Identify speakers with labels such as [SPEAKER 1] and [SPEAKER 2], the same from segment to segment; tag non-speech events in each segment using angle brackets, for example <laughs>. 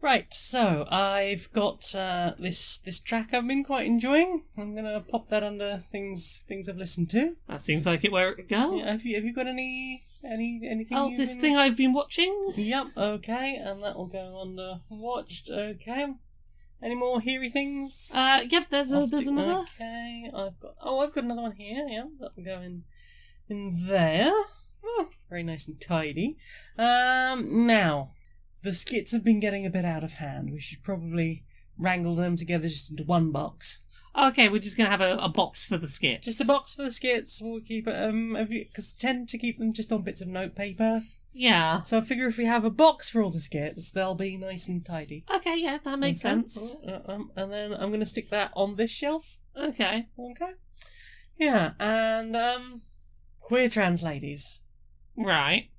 [SPEAKER 1] Right, so I've got uh, this this track I've been quite enjoying. I'm gonna pop that under things things I've listened to.
[SPEAKER 2] That seems like it where it go.
[SPEAKER 1] Yeah, have you have you got any any anything?
[SPEAKER 2] oh,
[SPEAKER 1] you've
[SPEAKER 2] this
[SPEAKER 1] been-
[SPEAKER 2] thing I've been watching.
[SPEAKER 1] Yep. Okay, and that will go under watched. Okay. Any more heary things?
[SPEAKER 2] Uh, yep. There's a,
[SPEAKER 1] I'll
[SPEAKER 2] there's
[SPEAKER 1] stick-
[SPEAKER 2] another.
[SPEAKER 1] Okay, I've got. Oh, I've got another one here. Yeah, that will go in, in there. Oh, very nice and tidy. Um, now the skits have been getting a bit out of hand. We should probably wrangle them together just into one box.
[SPEAKER 2] Oh, Okay, we're just gonna have a, a box for the skit.
[SPEAKER 1] Just a box for the skits. We'll keep it. Um, because tend to keep them just on bits of notepaper.
[SPEAKER 2] Yeah.
[SPEAKER 1] So I figure if we have a box for all the skits, they'll be nice and tidy.
[SPEAKER 2] Okay. Yeah, that makes
[SPEAKER 1] Okay,
[SPEAKER 2] sense.
[SPEAKER 1] cool. Uh, um, and then I'm gonna stick that on this shelf.
[SPEAKER 2] Okay.
[SPEAKER 1] Okay. Yeah, and um, queer trans ladies.
[SPEAKER 2] Right.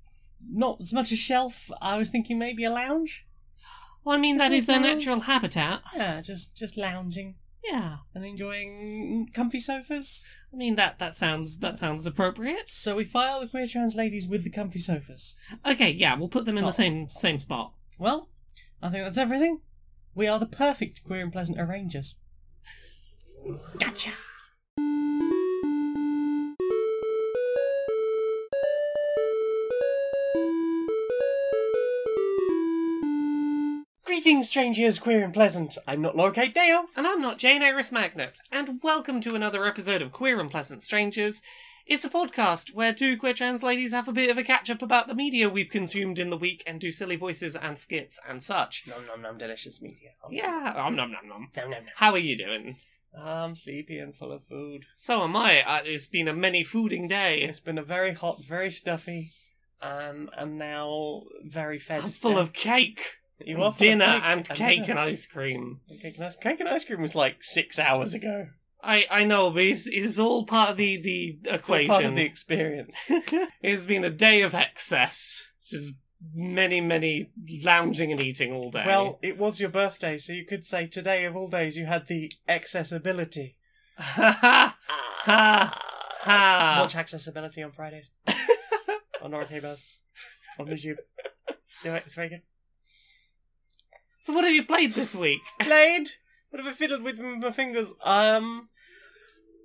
[SPEAKER 1] Not as much a shelf. I was thinking maybe a lounge.
[SPEAKER 2] Well, I mean, that is their
[SPEAKER 1] Now-
[SPEAKER 2] natural habitat.
[SPEAKER 1] Yeah, just just lounging
[SPEAKER 2] Yeah.
[SPEAKER 1] and enjoying comfy sofas.
[SPEAKER 2] I mean that that sounds that sounds appropriate.
[SPEAKER 1] So we file the queer trans ladies with the comfy sofas.
[SPEAKER 2] Okay, yeah, we'll put them in
[SPEAKER 1] Oh.
[SPEAKER 2] the same same spot.
[SPEAKER 1] Well, I think that's everything. We are the perfect queer and pleasant arrangers.
[SPEAKER 2] Gotcha.
[SPEAKER 1] Greetings, strangers, queer and pleasant. I'm not Laura Kate Dale.
[SPEAKER 2] And I'm not Jane Iris Magnet, and welcome to another episode of Queer and Pleasant Strangers. It's a podcast where two queer trans ladies have a bit of a catch up about the media we've consumed in the week and do silly voices and skits and such.
[SPEAKER 1] Nom nom nom, delicious media.
[SPEAKER 2] Yeah, om nom nom nom.
[SPEAKER 1] Nom nom
[SPEAKER 2] How are you doing?
[SPEAKER 1] nom. I'm sleepy and full of food.
[SPEAKER 2] So am I. Uh, it's been a many fooding day.
[SPEAKER 1] It's been a very hot, very stuffy, um, and now very fed.
[SPEAKER 2] I'm full of cake.
[SPEAKER 1] You are full of
[SPEAKER 2] dinner
[SPEAKER 1] cake
[SPEAKER 2] and cake and
[SPEAKER 1] dinner.
[SPEAKER 2] ice cream.
[SPEAKER 1] Cake and ice. Cake and ice cream was like six hours ago.
[SPEAKER 2] I, I know, but it's, it's all part of the, the
[SPEAKER 1] It's all
[SPEAKER 2] equation.
[SPEAKER 1] part of the experience.
[SPEAKER 2] it's been a day of excess. Just many, many lounging and eating all day.
[SPEAKER 1] Well, it was your birthday, so you could say today of all days you had the accessibility.
[SPEAKER 2] <laughs> ha ha ha ha.
[SPEAKER 1] Watch accessibility on
[SPEAKER 2] <laughs>
[SPEAKER 1] Fridays on Laura K Bells on YouTube. Do it. It's very good.
[SPEAKER 2] So, what have you played this week?
[SPEAKER 1] played? What have I fiddled with with my fingers? Um,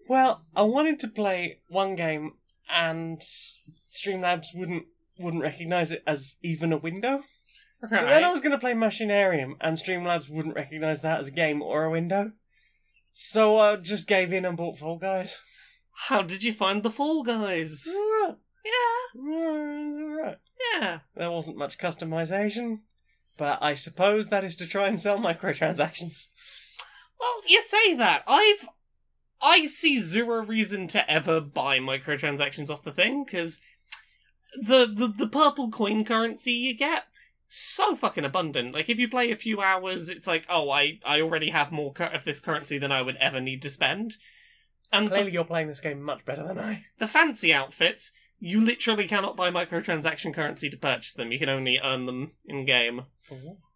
[SPEAKER 1] well, I wanted to play one game, and Streamlabs wouldn't wouldn't recognise it as even a window. So then I was going to play Machinarium, and Streamlabs wouldn't recognise that as a game or a window. So I just gave in and bought Fall Guys.
[SPEAKER 2] How did you find the Fall Guys?
[SPEAKER 1] Alright,
[SPEAKER 2] Yeah,
[SPEAKER 1] alright, alright.
[SPEAKER 2] yeah.
[SPEAKER 1] There wasn't much customisation, but I suppose that is to try and sell microtransactions.
[SPEAKER 2] Well, you say that. I've. I see zero reason to ever buy microtransactions off the thing, because the, the, the purple coin currency you get, so fucking abundant. Like, if you play a few hours, it's like, oh, I, I already have more cur- of this currency than I would ever need to spend. And
[SPEAKER 1] <laughs>
[SPEAKER 2] the,
[SPEAKER 1] Clearly, you're playing this game much better than I.
[SPEAKER 2] the fancy outfits, you literally cannot buy microtransaction currency to purchase them. You can only earn them in game.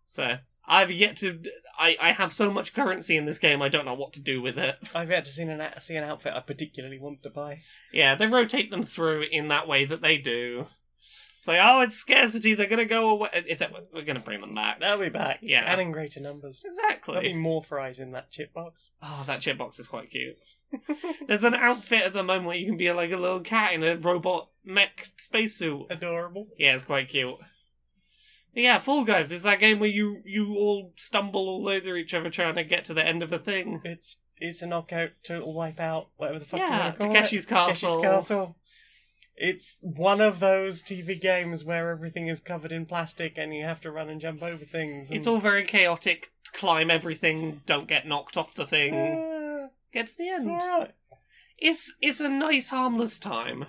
[SPEAKER 2] So, I've yet to. I, I have so much currency in this game, I don't know what to do with it.
[SPEAKER 1] I've yet to see an see an outfit I particularly wanted to buy.
[SPEAKER 2] Yeah, they rotate them through in that way that they do. It's like, oh, it's scarcity. They're gonna go away. Is that we're gonna bring them back?
[SPEAKER 1] They'll be back,
[SPEAKER 2] Yeah.
[SPEAKER 1] and in greater numbers. There'll be
[SPEAKER 2] Exactly.
[SPEAKER 1] more fries in that chip box.
[SPEAKER 2] Oh, that chip box is quite cute. <laughs> There's an outfit at the moment where you can be like a little cat in a robot mech spacesuit.
[SPEAKER 1] Adorable.
[SPEAKER 2] Yeah, it's quite cute. But yeah, Fall Guys is that game where you you all stumble all over each other trying to get to the end of a thing.
[SPEAKER 1] It's it's a knockout, total wipeout, whatever the fuck you
[SPEAKER 2] yeah,
[SPEAKER 1] want to call
[SPEAKER 2] Takeshi's
[SPEAKER 1] it.
[SPEAKER 2] Castle.
[SPEAKER 1] Takeshi's Castle. It's one of those TV games where everything is covered in plastic and you have to run and jump over things. And...
[SPEAKER 2] It's all very chaotic. Climb everything. Don't get knocked off the thing.
[SPEAKER 1] Ah,
[SPEAKER 2] get to the
[SPEAKER 1] it's
[SPEAKER 2] end.
[SPEAKER 1] alright.
[SPEAKER 2] It's it's a nice harmless time.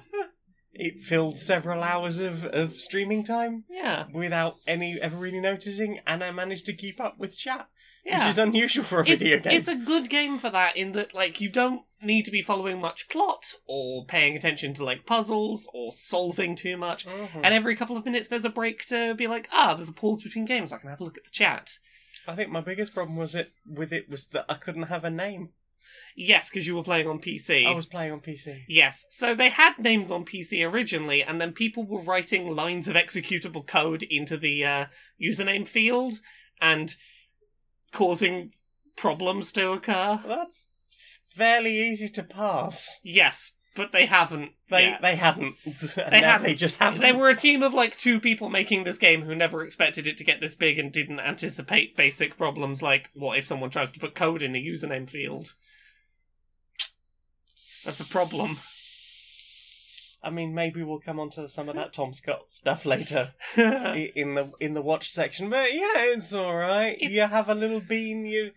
[SPEAKER 1] It filled several hours of, of streaming time
[SPEAKER 2] Yeah,
[SPEAKER 1] without any ever really noticing, and I managed to keep up with chat.
[SPEAKER 2] yeah.
[SPEAKER 1] which is unusual for a
[SPEAKER 2] it's,
[SPEAKER 1] video game.
[SPEAKER 2] it's a good game for that in that like you don't need to be following much plot or paying attention to like puzzles or solving too much.
[SPEAKER 1] Mhm.
[SPEAKER 2] And every couple of minutes there's a break to be like, ah, there's a pause between games. I can have a look at the chat.
[SPEAKER 1] I think my biggest problem was it with it was that I couldn't have a name.
[SPEAKER 2] Yes, because you were playing on PC.
[SPEAKER 1] I was playing on PC.
[SPEAKER 2] Yes, so they had names on PC originally, and then people were writing lines of executable code into the uh, username field, and causing problems to occur.
[SPEAKER 1] That's fairly easy to pass.
[SPEAKER 2] Yes, but they haven't.
[SPEAKER 1] They
[SPEAKER 2] yet.
[SPEAKER 1] they haven't. <laughs> And
[SPEAKER 2] They
[SPEAKER 1] now
[SPEAKER 2] haven't.
[SPEAKER 1] They just haven't.
[SPEAKER 2] They were a team of like two people making this game who never expected it to get this big and didn't anticipate basic problems like what if someone tries to put code in the username field? That's a problem. <laughs>
[SPEAKER 1] I mean, maybe we'll come on to some of that Tom Scott stuff later i-
[SPEAKER 2] yeah,
[SPEAKER 1] in the in the watch section. But yeah, it's all right.
[SPEAKER 2] It-
[SPEAKER 1] You have a little bean. You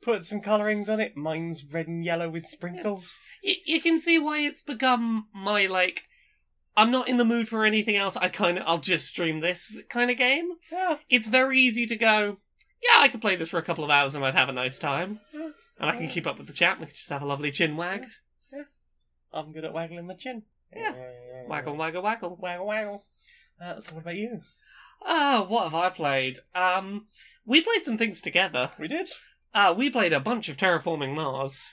[SPEAKER 1] put some colorings on it. Mine's red and yellow with sprinkles.
[SPEAKER 2] you, you can see why it's become my like. I'm not in the mood for anything else. I kind of I'll just stream this kind of game.
[SPEAKER 1] Yeah,
[SPEAKER 2] It's very easy to go. Yeah, I could play this for a couple of hours and I'd have a nice time, and I can keep up with the chat. and We could just have a lovely chin wag,
[SPEAKER 1] I'm good at waggling my chin.
[SPEAKER 2] Yeah. waggle, waggle, waggle.
[SPEAKER 1] waggle, waggle. Uh, so what about you?
[SPEAKER 2] Ah, what have I played? Um, we played some things together.
[SPEAKER 1] We did
[SPEAKER 2] Uh, we played a bunch of Terraforming Mars.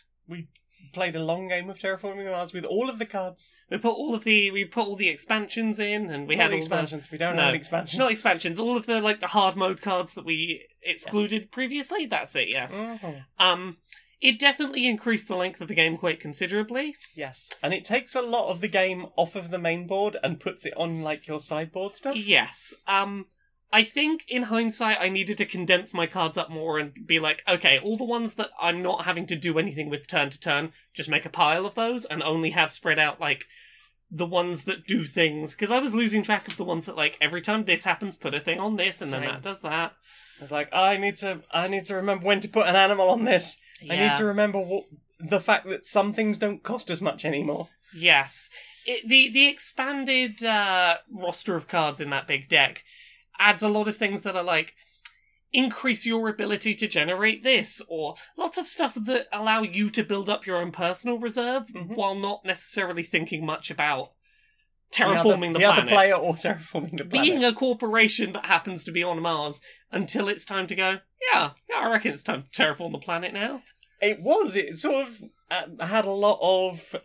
[SPEAKER 1] played a long game of Terraforming Mars with all of the cards.
[SPEAKER 2] We put all of the we put all the expansions in, and we
[SPEAKER 1] All
[SPEAKER 2] had
[SPEAKER 1] the
[SPEAKER 2] all the-
[SPEAKER 1] expansions. We don't
[SPEAKER 2] No.
[SPEAKER 1] have an expansion.
[SPEAKER 2] not expansions, all of the like the hard mode cards that we excluded previously. That's it. Yes.
[SPEAKER 1] Mhm.
[SPEAKER 2] Um, it definitely increased the length of the game quite considerably.
[SPEAKER 1] Yes, and it takes a lot of the game off of the main board and puts it on like your sideboard stuff.
[SPEAKER 2] Yes. Um, I think in hindsight, I needed to condense my cards up more and be like, okay, all the ones that I'm not having to do anything with turn to turn, just make a pile of those and only have spread out like the ones that do things. Because I was losing track of the ones that like every time this happens, put a thing on this and then
[SPEAKER 1] Same.
[SPEAKER 2] that does that.
[SPEAKER 1] It's like I need to, I need to remember when to put an animal on this. I need to remember what the fact that some things don't cost as much
[SPEAKER 2] <laughs>
[SPEAKER 1] anymore.
[SPEAKER 2] Yes, it, the the expanded uh, roster of cards in that big deck adds a lot of things that are like increase your ability to generate this, or lots of stuff that allow you to build up your own personal reserve
[SPEAKER 1] Mhm.
[SPEAKER 2] while not necessarily thinking much about
[SPEAKER 1] The other-
[SPEAKER 2] terraforming the,
[SPEAKER 1] the
[SPEAKER 2] planet.
[SPEAKER 1] other player or <laughs> terraforming the planet.
[SPEAKER 2] Being a corporation that happens to be on Mars until it's time to go. Yeah, yeah, I reckon it's time to terraform the planet now.
[SPEAKER 1] It was. It sort of uh, had a lot of.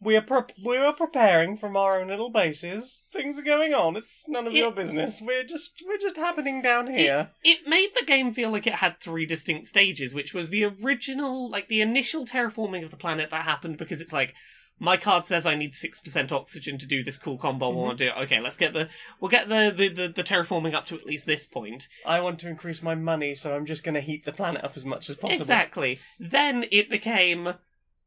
[SPEAKER 1] We are prep we are preparing from our own little bases. Things are going on. It's none of
[SPEAKER 2] Yeah.
[SPEAKER 1] your business. We're just we're just happening down here.
[SPEAKER 2] it made the game feel like it had three distinct stages, which was the original, like the initial terraforming of the planet that happened because it's like, my card says I need six percent oxygen to do this cool combo. I want to do it. Okay, let's get the we'll get the, the the the terraforming up to at least this point.
[SPEAKER 1] I want to increase my money, so I'm just going to heat the planet up as much as possible.
[SPEAKER 2] Exactly. Then it became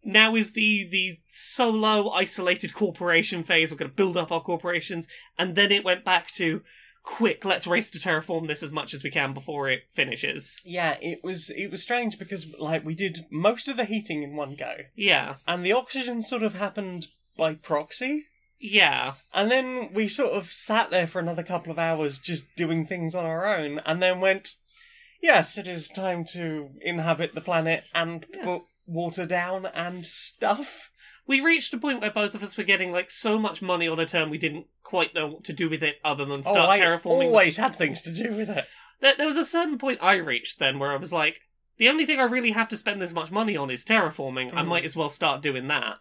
[SPEAKER 2] now is the the solo isolated corporation phase. We're going to build up our corporations, and then it went back to quick. Let's race to terraform this as much as we can before it finishes.
[SPEAKER 1] Yeah, it was it was strange because like we did most of the heating in one go,
[SPEAKER 2] Yeah.
[SPEAKER 1] and the oxygen sort of happened by proxy.
[SPEAKER 2] Yeah.
[SPEAKER 1] And then we sort of sat there for another couple of hours just doing things on our own, and then went, Yes, it is time to inhabit the planet and
[SPEAKER 2] Yeah.
[SPEAKER 1] put water down and stuff.
[SPEAKER 2] we reached a point where both of us were getting like so much money on a turn we didn't quite know what to do with it other than start
[SPEAKER 1] oh, I
[SPEAKER 2] terraforming.
[SPEAKER 1] always had things to do with it.
[SPEAKER 2] There, there was a certain point I reached then where I was like, the only thing I really have to spend this much money on is terraforming. I
[SPEAKER 1] Mm.
[SPEAKER 2] might as well start doing that.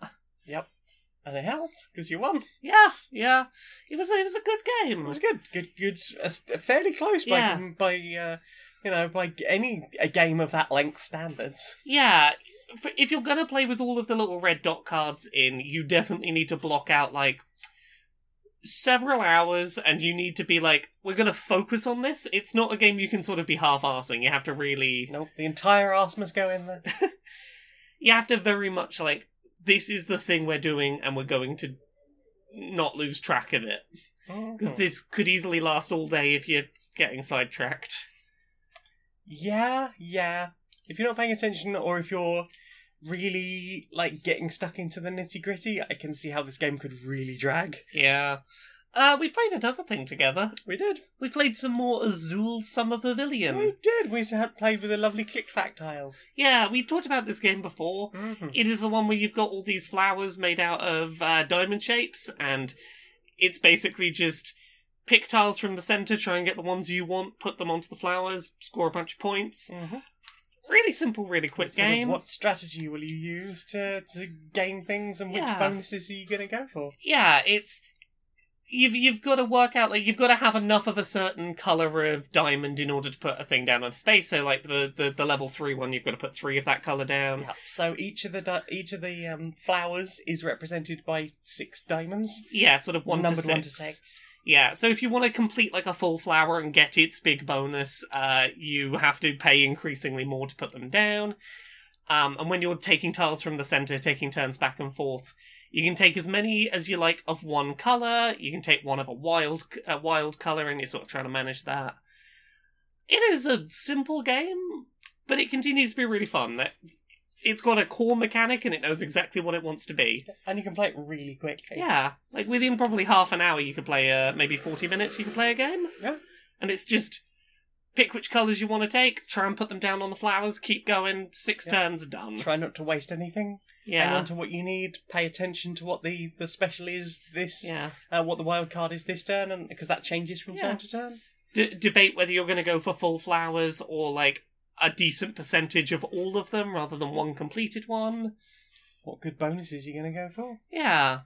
[SPEAKER 1] And it helped, because you won.
[SPEAKER 2] Yeah, yeah. It was a, it was a good game.
[SPEAKER 1] It was good. Good, good. Uh, fairly close by,
[SPEAKER 2] Yeah.
[SPEAKER 1] by uh, you know, by any a game of that length standards.
[SPEAKER 2] Yeah. F- If you're gonna play with all of the little red dot cards in, you definitely need to block out like several hours, and you need to be like, we're gonna focus on this. It's not a game you can sort of be half-assing. You have to really,
[SPEAKER 1] Nope, the entire arse must go
[SPEAKER 2] <laughs>
[SPEAKER 1] in there.
[SPEAKER 2] you have to very much like, this is the thing we're doing, and we're going to not lose track of it because
[SPEAKER 1] Mhm.
[SPEAKER 2] this could easily last all day if you're getting sidetracked.
[SPEAKER 1] Yeah, yeah. If you're not paying attention or if you're really like getting stuck into the nitty gritty, I can see how this game could really drag.
[SPEAKER 2] Yeah. Uh, we played another thing together.
[SPEAKER 1] We did.
[SPEAKER 2] We played some more Azul Summer Pavilion.
[SPEAKER 1] We did. We had played with the lovely click clack tiles.
[SPEAKER 2] Yeah, we've talked about this game before. It is the one where you've got all these flowers made out of uh, diamond shapes, and it's basically just pick tiles from the center, try and get the ones you want, put them onto the flowers, score a bunch of points.
[SPEAKER 1] Mhm.
[SPEAKER 2] Really simple, really quick
[SPEAKER 1] Sort of
[SPEAKER 2] game.
[SPEAKER 1] what strategy will you use to, to gain things and which
[SPEAKER 2] Yeah.
[SPEAKER 1] bonuses are you going to go for?
[SPEAKER 2] Yeah, it's you've you've got to work out like you've got to have enough of a certain color of diamond in order to put a thing down on space. So like the the, the level three one, you've got to put three of that color down.
[SPEAKER 1] Yeah, So each of the di- each of the um, flowers is represented by six diamonds,
[SPEAKER 2] Yeah, sort of one
[SPEAKER 1] numbered
[SPEAKER 2] to six.
[SPEAKER 1] one to six.
[SPEAKER 2] Yeah, so if you want to complete like a full flower and get its big bonus, uh, you have to pay increasingly more to put them down. Um, and when you're taking tiles from the center, taking turns back and forth, you can take as many as you like of one color. You can take one of a wild, a wild color, and you're sort of trying to manage that. It is a simple game, but it continues to be really fun. That it's got a core mechanic and it knows exactly what it wants to be.
[SPEAKER 1] and you can play it really quickly.
[SPEAKER 2] Yeah, like within probably half an hour, you could play uh, maybe forty minutes. You could play a game.
[SPEAKER 1] Yeah.
[SPEAKER 2] and it's just pick which colours you want to take, try and put them down on the flowers, keep going. Six
[SPEAKER 1] Yeah.
[SPEAKER 2] turns done.
[SPEAKER 1] Try not to waste anything. Hang
[SPEAKER 2] Yeah,
[SPEAKER 1] on to what you need. Pay attention to what the, the special is this,
[SPEAKER 2] yeah.
[SPEAKER 1] uh, what the wild card is this turn, and because that changes from
[SPEAKER 2] Yeah.
[SPEAKER 1] turn to turn.
[SPEAKER 2] D- debate whether you're going to go for full flowers or like a decent percentage of all of them rather than one completed one.
[SPEAKER 1] What good bonuses are you going to go for?
[SPEAKER 2] Yeah.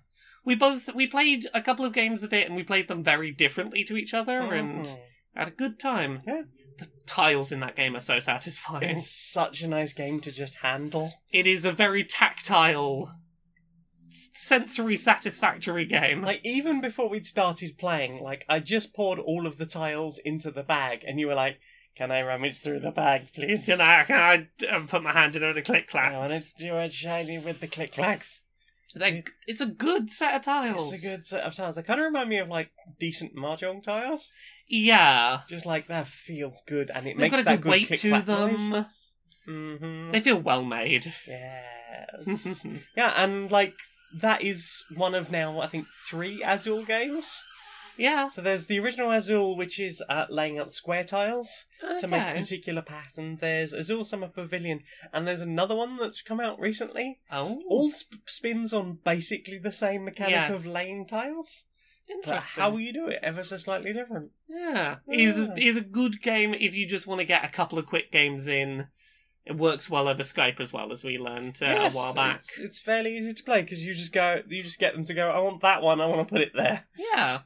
[SPEAKER 2] We both we played a couple of games of it and we played them very differently to each other and
[SPEAKER 1] Mm.
[SPEAKER 2] had a good time.
[SPEAKER 1] Yeah.
[SPEAKER 2] The tiles in that game are so satisfying.
[SPEAKER 1] It's such a nice game to just handle.
[SPEAKER 2] it is a very tactile, s- sensory satisfactory game.
[SPEAKER 1] Like even before we'd started playing, like I just poured all of the tiles into the bag, and you were like, "Can I rummage through the bag, please?"
[SPEAKER 2] can I, can I d- um, put my hand in there with a click
[SPEAKER 1] I
[SPEAKER 2] clap?
[SPEAKER 1] want to do a shiny with the click clacks.
[SPEAKER 2] They- it's a good set of tiles.
[SPEAKER 1] It's a good set of tiles. They kind of remind me of like decent mahjong tiles.
[SPEAKER 2] Yeah.
[SPEAKER 1] Just like that feels good, and it
[SPEAKER 2] They've got
[SPEAKER 1] makes
[SPEAKER 2] a
[SPEAKER 1] that
[SPEAKER 2] good
[SPEAKER 1] good
[SPEAKER 2] weight
[SPEAKER 1] click
[SPEAKER 2] to
[SPEAKER 1] clack
[SPEAKER 2] them.
[SPEAKER 1] noise. Mm-hmm.
[SPEAKER 2] They feel well made. <laughs>
[SPEAKER 1] Yes. <laughs> yeah, and like that is one of now I think three Azul games.
[SPEAKER 2] yeah.
[SPEAKER 1] So there's the original Azul, which is uh, laying out square tiles. to make a
[SPEAKER 2] Okay.
[SPEAKER 1] particular pattern. There's Azul Summer Pavilion, and there's another one that's come out recently.
[SPEAKER 2] Oh,
[SPEAKER 1] All sp- spins on basically the same mechanic
[SPEAKER 2] Yeah.
[SPEAKER 1] of laying tiles, but
[SPEAKER 2] interesting.
[SPEAKER 1] how you do it ever so slightly different.
[SPEAKER 2] yeah. Is
[SPEAKER 1] Yeah.
[SPEAKER 2] is a good game if you just want to get a couple of quick games in. It works well over Skype as well as we learned uh,
[SPEAKER 1] Yes,
[SPEAKER 2] a while back.
[SPEAKER 1] It's, it's fairly easy to play because you just go, you just get them to go. I want that one. I want to put it there.
[SPEAKER 2] Yeah.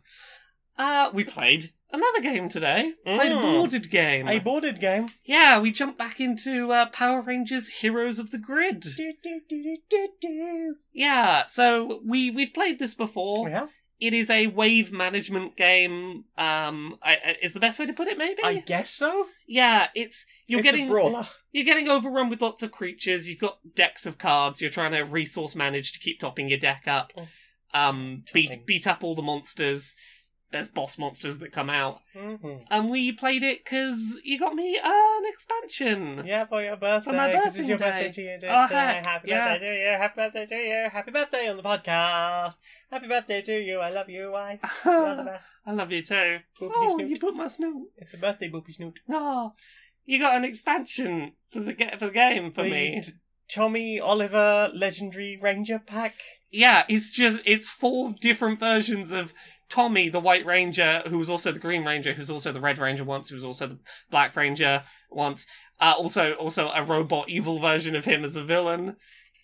[SPEAKER 2] Uh, we played another game today. Played a
[SPEAKER 1] Mm.
[SPEAKER 2] boarded game.
[SPEAKER 1] A boarded game.
[SPEAKER 2] yeah, we jumped back into uh, Power Rangers Heroes of the Grid.
[SPEAKER 1] Do, do, do, do, do, do.
[SPEAKER 2] Yeah, so we we've played this before.
[SPEAKER 1] We have.
[SPEAKER 2] It is a wave management game. Um, I, I- is the best way to put it maybe?
[SPEAKER 1] I guess so.
[SPEAKER 2] Yeah, it's you're
[SPEAKER 1] it's
[SPEAKER 2] getting
[SPEAKER 1] a brawler.
[SPEAKER 2] you're getting overrun with lots of creatures. You've got decks of cards. You're trying to resource manage to keep topping your deck up.
[SPEAKER 1] Oh.
[SPEAKER 2] Um, beat
[SPEAKER 1] Topping.
[SPEAKER 2] beat up all the monsters. There's boss monsters that come out.
[SPEAKER 1] Mhm.
[SPEAKER 2] and we played it because you got me uh, an expansion.
[SPEAKER 1] Yeah, for your birthday.
[SPEAKER 2] For my
[SPEAKER 1] 'cause it's your
[SPEAKER 2] birthday.
[SPEAKER 1] birthday to you.
[SPEAKER 2] Oh,
[SPEAKER 1] birthday.
[SPEAKER 2] heck,
[SPEAKER 1] Happy
[SPEAKER 2] yeah.
[SPEAKER 1] birthday to you. Happy birthday to you. Happy birthday on the podcast. Happy birthday to you. I love you. I. You're the best.
[SPEAKER 2] <laughs> I love you too.
[SPEAKER 1] Boopity
[SPEAKER 2] oh,
[SPEAKER 1] snoot.
[SPEAKER 2] you put my snoot.
[SPEAKER 1] It's a birthday, Boopy Snoot.
[SPEAKER 2] No, you got an expansion for the ga- for the game for
[SPEAKER 1] The
[SPEAKER 2] me.
[SPEAKER 1] t- Tommy Oliver Legendary Ranger Pack.
[SPEAKER 2] Yeah, it's just it's four different versions of Tommy, the White Ranger, who was also the Green Ranger, who's also the Red Ranger once, who was also the Black Ranger once. Uh, also, also a robot evil version of him as a villain.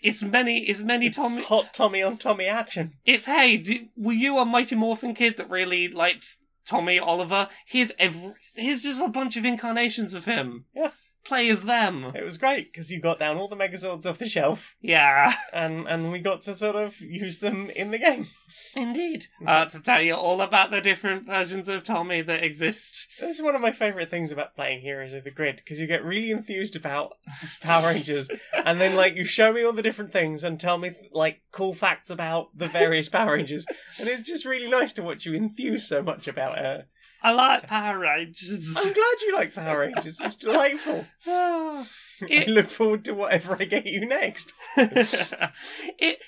[SPEAKER 2] It's many, it's many
[SPEAKER 1] It's
[SPEAKER 2] Tommy.
[SPEAKER 1] hot Tommy on Tommy action.
[SPEAKER 2] It's hey, do, were you a Mighty Morphin kid that really liked Tommy Oliver? Here's every, here's just a bunch of incarnations of him.
[SPEAKER 1] Yeah.
[SPEAKER 2] play as them.
[SPEAKER 1] It was great because you got down all the Megazords off the shelf,
[SPEAKER 2] Yeah,
[SPEAKER 1] and and we got to sort of use them in the game. Mm-hmm.
[SPEAKER 2] indeed. Uh, to tell you all about the different versions of Tommy that exist.
[SPEAKER 1] This is one of my favourite things about playing Heroes of the Grid because you get really enthused about <laughs> Power Rangers, and then like you show me all the different things and tell me like cool facts about the various Power Rangers, and it's just really nice to watch you enthuse so much about it.
[SPEAKER 2] I like
[SPEAKER 1] <laughs>
[SPEAKER 2] Power Rangers. <laughs>
[SPEAKER 1] I'm glad you like Power Rangers. It's delightful.
[SPEAKER 2] Ah.
[SPEAKER 1] I look forward to whatever I get you next.
[SPEAKER 2] it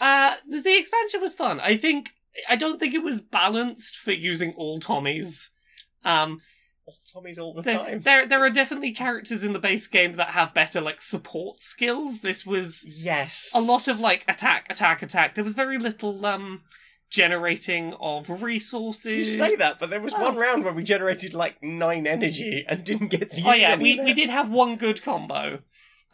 [SPEAKER 2] uh the, the expansion was fun i think i don't think it was balanced for using all tommies um
[SPEAKER 1] Oh, Tommy's all the
[SPEAKER 2] there,
[SPEAKER 1] time.
[SPEAKER 2] there there are definitely characters in the base game that have better like support skills. This was
[SPEAKER 1] Yes,
[SPEAKER 2] a lot of like attack, attack, attack. There was very little um generating of
[SPEAKER 1] You
[SPEAKER 2] resources.
[SPEAKER 1] say that, but there was
[SPEAKER 2] Oh.
[SPEAKER 1] one round where we generated like nine energy and didn't get to use
[SPEAKER 2] oh yeah,
[SPEAKER 1] any
[SPEAKER 2] we,
[SPEAKER 1] of
[SPEAKER 2] we
[SPEAKER 1] it.
[SPEAKER 2] did have one good combo.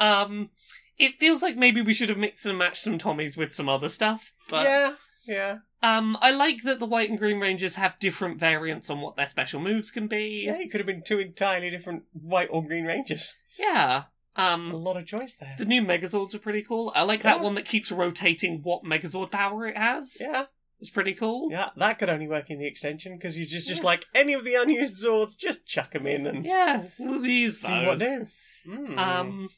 [SPEAKER 2] Um it feels like maybe we should have mixed and matched some Tommies with some other stuff, but
[SPEAKER 1] yeah, yeah.
[SPEAKER 2] Um, I like that the white and green rangers have different variants on what their special moves can be.
[SPEAKER 1] Yeah, it could have been two entirely different white or green rangers.
[SPEAKER 2] Yeah.
[SPEAKER 1] A
[SPEAKER 2] Um,
[SPEAKER 1] lot of choice there.
[SPEAKER 2] the new Megazords are pretty cool. I like that
[SPEAKER 1] Yeah.
[SPEAKER 2] one that keeps rotating what Megazord power it has.
[SPEAKER 1] Yeah,
[SPEAKER 2] It's pretty cool.
[SPEAKER 1] yeah, that could only work in the extension because you just just like any of the unused Zords, just chuck them in and
[SPEAKER 2] Yeah, we'll use
[SPEAKER 1] see what
[SPEAKER 2] those.
[SPEAKER 1] do. Mm.
[SPEAKER 2] Um,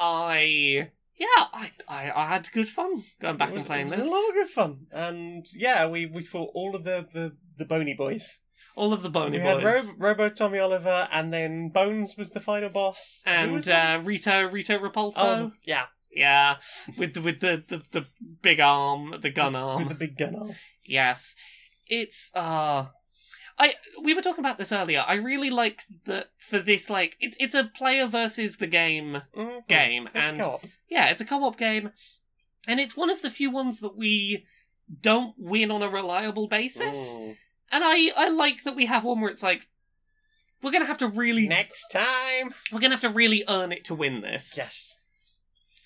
[SPEAKER 2] I yeah, I, I I had good fun going back
[SPEAKER 1] It was-
[SPEAKER 2] and playing
[SPEAKER 1] it was
[SPEAKER 2] this.
[SPEAKER 1] a lot of good fun, and yeah, we we fought all of the the the Bony Boys.
[SPEAKER 2] All of the Boney
[SPEAKER 1] we had
[SPEAKER 2] Boys
[SPEAKER 1] Robo, Robo Tommy Oliver, and then Bones was the final boss. Who was
[SPEAKER 2] and
[SPEAKER 1] that?
[SPEAKER 2] uh, Rito Rito Repulso.
[SPEAKER 1] Oh.
[SPEAKER 2] Yeah, yeah, with the, with the, the the big arm, the gun arm.
[SPEAKER 1] with the big gun arm.
[SPEAKER 2] Yes. It's uh I we were talking about this earlier. I really like that for this like it, it's a player versus the game
[SPEAKER 1] Mhm.
[SPEAKER 2] game
[SPEAKER 1] It's
[SPEAKER 2] and
[SPEAKER 1] co-op.
[SPEAKER 2] yeah, it's a co-op game and it's one of the few ones that we don't win on a reliable basis.
[SPEAKER 1] Mm.
[SPEAKER 2] And I I like that we have one where it's like we're going to have to really
[SPEAKER 1] Next time,
[SPEAKER 2] we're going to have to really earn it to win this.
[SPEAKER 1] yes,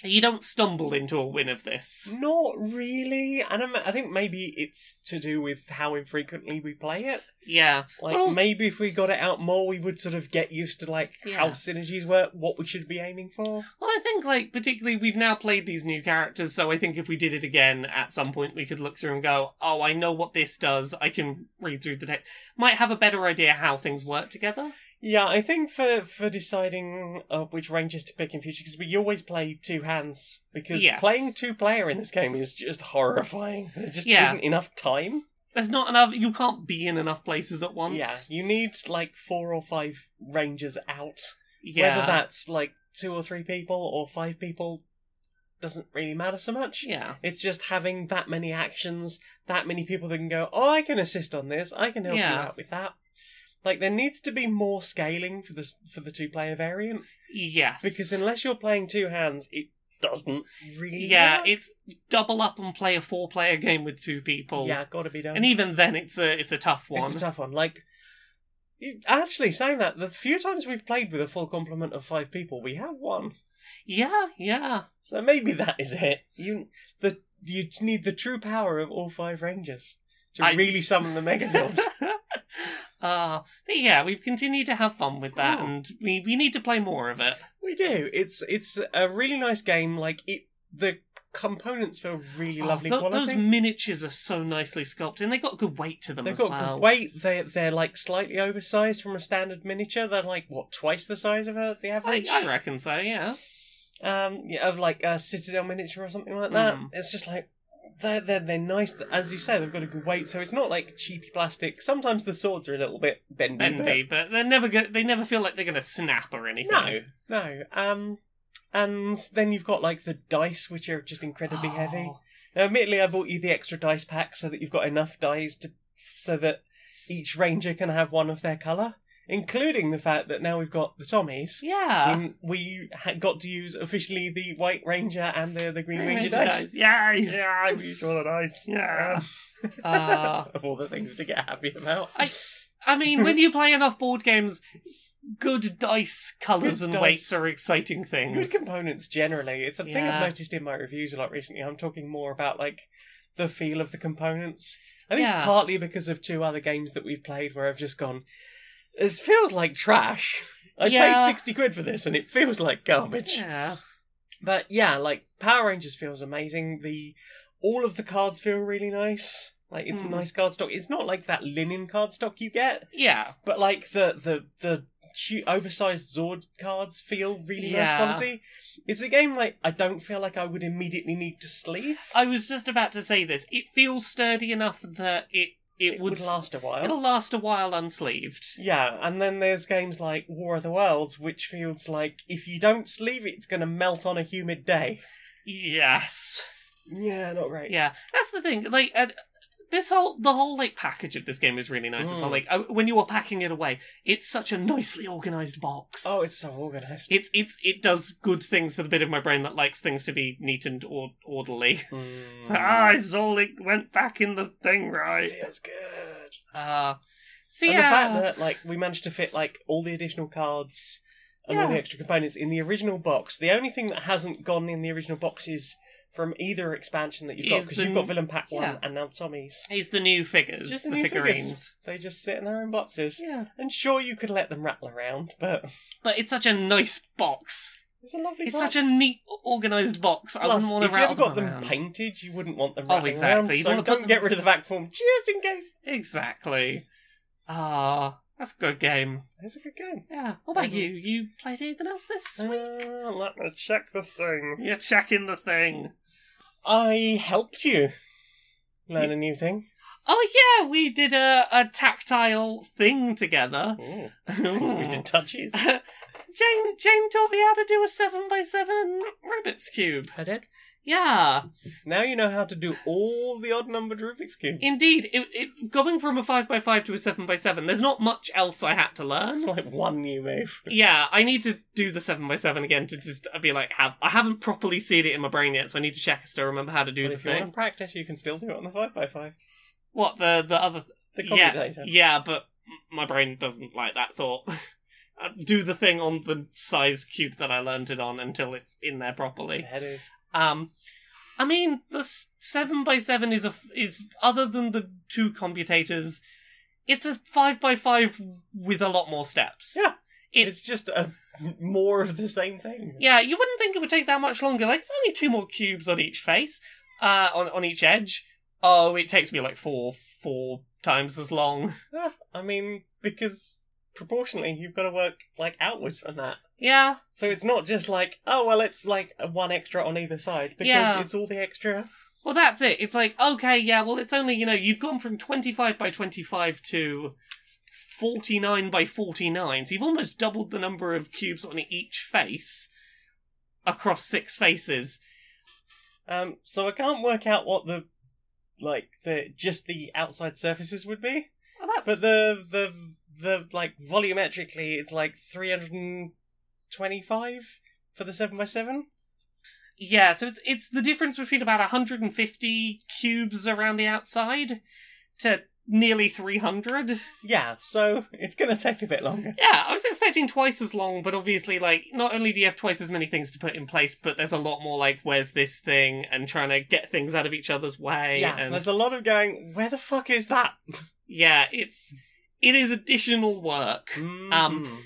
[SPEAKER 2] You don't stumble into a win of this.
[SPEAKER 1] not really, and I'm, I think maybe it's to do with how infrequently we play it.
[SPEAKER 2] Yeah.
[SPEAKER 1] Like
[SPEAKER 2] But also-
[SPEAKER 1] maybe if we got it out more, we would sort of get used to like how
[SPEAKER 2] Yeah.
[SPEAKER 1] synergies work, what we should be aiming for.
[SPEAKER 2] Well, I think like particularly we've now played these new characters, so I think if we did it again at some point, we could look through and go, "Oh, I know what this does. I can read through the text. Might have a better idea how things work together."
[SPEAKER 1] Yeah, I think for for deciding uh, which rangers to pick in future, because we always play two hands. Because
[SPEAKER 2] Yes.
[SPEAKER 1] playing two player in this game is just horrifying. There just
[SPEAKER 2] Yeah.
[SPEAKER 1] isn't enough time.
[SPEAKER 2] There's not enough. You can't be in enough places at once.
[SPEAKER 1] Yeah, you need like four or five rangers out.
[SPEAKER 2] Yeah.
[SPEAKER 1] Whether that's like two or three people or five people doesn't really matter so much.
[SPEAKER 2] Yeah.
[SPEAKER 1] It's just having that many actions, that many people that can go, oh, I can assist on this, I can help you
[SPEAKER 2] Yeah.
[SPEAKER 1] out with that. Like there needs to be more scaling for this for the two player variant
[SPEAKER 2] Yes.
[SPEAKER 1] because unless you're playing two hands, it doesn't really.
[SPEAKER 2] yeah,
[SPEAKER 1] work.
[SPEAKER 2] it's double up and play a four-player game with two people.
[SPEAKER 1] yeah, got to be done.
[SPEAKER 2] And even then, it's a it's a tough one.
[SPEAKER 1] it's a tough one. Like you- actually saying that, the few times we've played with a full complement of five people, we have won.
[SPEAKER 2] yeah. Yeah.
[SPEAKER 1] So maybe that is it. You the you need the true power of all five rangers to
[SPEAKER 2] I-
[SPEAKER 1] really summon the Megazord.
[SPEAKER 2] <laughs> uh, but yeah, we've continued to have fun with that,
[SPEAKER 1] Cool.
[SPEAKER 2] and we, we need to play more of it.
[SPEAKER 1] We do. It's it's a really nice game. Like it, the components feel really
[SPEAKER 2] Oh,
[SPEAKER 1] lovely
[SPEAKER 2] tho-
[SPEAKER 1] quality.
[SPEAKER 2] Those miniatures are so nicely sculpted, and they've got good weight to them
[SPEAKER 1] They've
[SPEAKER 2] as
[SPEAKER 1] got
[SPEAKER 2] well.
[SPEAKER 1] good weight. They they're like slightly oversized from a standard miniature. They're like what twice the size of a, the
[SPEAKER 2] I,
[SPEAKER 1] average.
[SPEAKER 2] I reckon so. Yeah,
[SPEAKER 1] um, yeah, of like a citadel miniature or something like that.
[SPEAKER 2] Mm.
[SPEAKER 1] It's just like. They're, they're, they're nice, as you say, they've got a good weight, so it's not like cheapy plastic. Sometimes the swords are a little bit bendy. but-
[SPEAKER 2] bendy, but they're never go- they never feel like they're going to snap or anything. Oh,
[SPEAKER 1] No, no. Um, and then you've got like the dice, which are just incredibly heavy.
[SPEAKER 2] Oh,
[SPEAKER 1] Now, admittedly, I bought you the extra dice pack so that you've got enough dice to, so that each ranger can have one of their color, including the fact that now we've got the Tommies.
[SPEAKER 2] Yeah.
[SPEAKER 1] and we ha- got to use officially the White Ranger and the the Green,
[SPEAKER 2] Green
[SPEAKER 1] Ranger,
[SPEAKER 2] Ranger
[SPEAKER 1] dice.
[SPEAKER 2] dies. Yay!
[SPEAKER 1] <laughs> Yeah, we used all the dice.
[SPEAKER 2] Yeah.
[SPEAKER 1] Um,
[SPEAKER 2] Uh,
[SPEAKER 1] <laughs> of all the things to get happy about.
[SPEAKER 2] I- I mean, when you play enough board games, good dice colors
[SPEAKER 1] Good
[SPEAKER 2] and
[SPEAKER 1] dice.
[SPEAKER 2] weights are exciting things.
[SPEAKER 1] good components generally. It's a thing
[SPEAKER 2] Yeah.
[SPEAKER 1] I've noticed in my reviews a lot recently. I'm talking more about like the feel of the components. I think
[SPEAKER 2] Yeah.
[SPEAKER 1] partly because of two other games that we've played where I've just gone, this feels like trash. I
[SPEAKER 2] Yeah.
[SPEAKER 1] paid 60 quid for this and it feels like garbage.
[SPEAKER 2] yeah.
[SPEAKER 1] But yeah, like Power Rangers feels amazing. The all of the cards feel really nice. Like it's
[SPEAKER 2] Mm.
[SPEAKER 1] nice cardstock. It's not like that linen cardstock you get,
[SPEAKER 2] Yeah.
[SPEAKER 1] but like the the the hu- oversized Zord cards feel really nice
[SPEAKER 2] Yeah.
[SPEAKER 1] quality. It's a game like I don't feel like I would immediately need to sleeve.
[SPEAKER 2] I was just about to say this. It feels sturdy enough that it it,
[SPEAKER 1] it would,
[SPEAKER 2] s-
[SPEAKER 1] last a while.
[SPEAKER 2] It'll last a while unsleeved.
[SPEAKER 1] Yeah, and then there's games like War of the Worlds, which feels like if you don't sleeve it, it's going to melt on a humid day.
[SPEAKER 2] Yes.
[SPEAKER 1] Yeah, not great.
[SPEAKER 2] Yeah, that's the thing. Like uh, this whole the whole like package of this game is really nice as well.
[SPEAKER 1] Mm.
[SPEAKER 2] Like uh, when you are packing it away, it's such a nicely organized box.
[SPEAKER 1] Oh, it's so organized.
[SPEAKER 2] It's it's it does good things for the bit of my brain that likes things to be neat and or- orderly.
[SPEAKER 1] Hmm.
[SPEAKER 2] <laughs> Ah, it's all it went back in the thing, right?
[SPEAKER 1] feels good.
[SPEAKER 2] Uh, so
[SPEAKER 1] And
[SPEAKER 2] yeah,
[SPEAKER 1] the fact that like we managed to fit like all the additional cards, and all
[SPEAKER 2] Yeah.
[SPEAKER 1] the extra components in the original box. The only thing that hasn't gone in the original box is from either expansion that you've got
[SPEAKER 2] Is
[SPEAKER 1] because
[SPEAKER 2] the-
[SPEAKER 1] you've got Villain Pack One
[SPEAKER 2] yeah.
[SPEAKER 1] and now Tommy's.
[SPEAKER 2] It's the new figures,
[SPEAKER 1] Just the
[SPEAKER 2] the,
[SPEAKER 1] new figures.
[SPEAKER 2] figurines.
[SPEAKER 1] They just sit in their own boxes.
[SPEAKER 2] Yeah,
[SPEAKER 1] And sure, you could let them rattle around, but
[SPEAKER 2] but it's such a nice box.
[SPEAKER 1] it's a lovely.
[SPEAKER 2] It's
[SPEAKER 1] box.
[SPEAKER 2] such a neat, organized box. I
[SPEAKER 1] Plus,
[SPEAKER 2] wouldn't want
[SPEAKER 1] if
[SPEAKER 2] to
[SPEAKER 1] you ever
[SPEAKER 2] rattle
[SPEAKER 1] got them
[SPEAKER 2] around.
[SPEAKER 1] painted, you wouldn't want them
[SPEAKER 2] Oh,
[SPEAKER 1] rattling
[SPEAKER 2] exactly.
[SPEAKER 1] around.
[SPEAKER 2] You'd
[SPEAKER 1] So
[SPEAKER 2] wanna
[SPEAKER 1] don't
[SPEAKER 2] put them-
[SPEAKER 1] get rid of the back form just in case.
[SPEAKER 2] Exactly. Ah, that's a good game.
[SPEAKER 1] It's a good game.
[SPEAKER 2] Yeah. What about
[SPEAKER 1] Mhm.
[SPEAKER 2] you? You played anything else this week?
[SPEAKER 1] Uh, let me check the thing.
[SPEAKER 2] You're checking the thing.
[SPEAKER 1] I helped you learn a new thing.
[SPEAKER 2] Oh yeah, we did a, a tactile thing together.
[SPEAKER 1] Ooh, <laughs> we
[SPEAKER 2] Jane
[SPEAKER 1] did touches.
[SPEAKER 2] Jane taught me how to do a seven by seven Rubik's cube.
[SPEAKER 1] I did.
[SPEAKER 2] Yeah,
[SPEAKER 1] Now you know how to do all the odd numbered Rubik's cubes.
[SPEAKER 2] indeed. It, it, going from a five by five to a seven by seven. There's not much else I had to learn.
[SPEAKER 1] It's like one new move.
[SPEAKER 2] Yeah, I need to do the seven by seven again to just be like, have I haven't properly seed it in my brain yet, so I need to check and still remember how to do
[SPEAKER 1] But
[SPEAKER 2] the
[SPEAKER 1] if you want
[SPEAKER 2] thing.
[SPEAKER 1] to practice, you can still do it on the five x five.
[SPEAKER 2] What the the other
[SPEAKER 1] The
[SPEAKER 2] yeah,
[SPEAKER 1] commutator.
[SPEAKER 2] yeah, but my brain doesn't like that thought. <laughs> Uh, do the thing on the size cube that I learned it on until it's in there properly.
[SPEAKER 1] That is.
[SPEAKER 2] Um, I mean, the s- seven by seven is a f- is other than the two computators, it's a five by five with a lot more steps.
[SPEAKER 1] Yeah.
[SPEAKER 2] it's,
[SPEAKER 1] It's just a more of the same thing.
[SPEAKER 2] yeah. You wouldn't think it would take that much longer. Like, it's only two more cubes on each face, uh, on on each edge. Oh, it takes me like four four times as long.
[SPEAKER 1] Ah, I mean, because proportionally, you've got to work like outwards from that.
[SPEAKER 2] Yeah,
[SPEAKER 1] So it's not just like, oh well, it's like one extra on either side because
[SPEAKER 2] Yeah.
[SPEAKER 1] it's all the extra.
[SPEAKER 2] Well, that's it. It's like, okay, yeah, well, it's only, you know, you've gone from 25 by 25 to 49 by 49. So you've almost doubled the number of cubes on each face across six faces.
[SPEAKER 1] Um, so I can't work out what the like the just the outside surfaces would be,
[SPEAKER 2] Well, that's.
[SPEAKER 1] but the the the like volumetrically, it's like three hundred and twenty-five for the seven x seven.
[SPEAKER 2] yeah, so it's it's the difference between about 150 cubes around the outside to nearly 300.
[SPEAKER 1] Yeah, so <laughs> it's gonna take a bit longer.
[SPEAKER 2] Yeah, I was expecting twice as long, but obviously, like, not only do you have twice as many things to put in place, but there's a lot more, like, where's this thing, and trying to get things out of each other's way.
[SPEAKER 1] yeah,
[SPEAKER 2] and
[SPEAKER 1] there's a lot of going. Where the fuck is that?
[SPEAKER 2] yeah, it's it is additional work.
[SPEAKER 1] Mhm.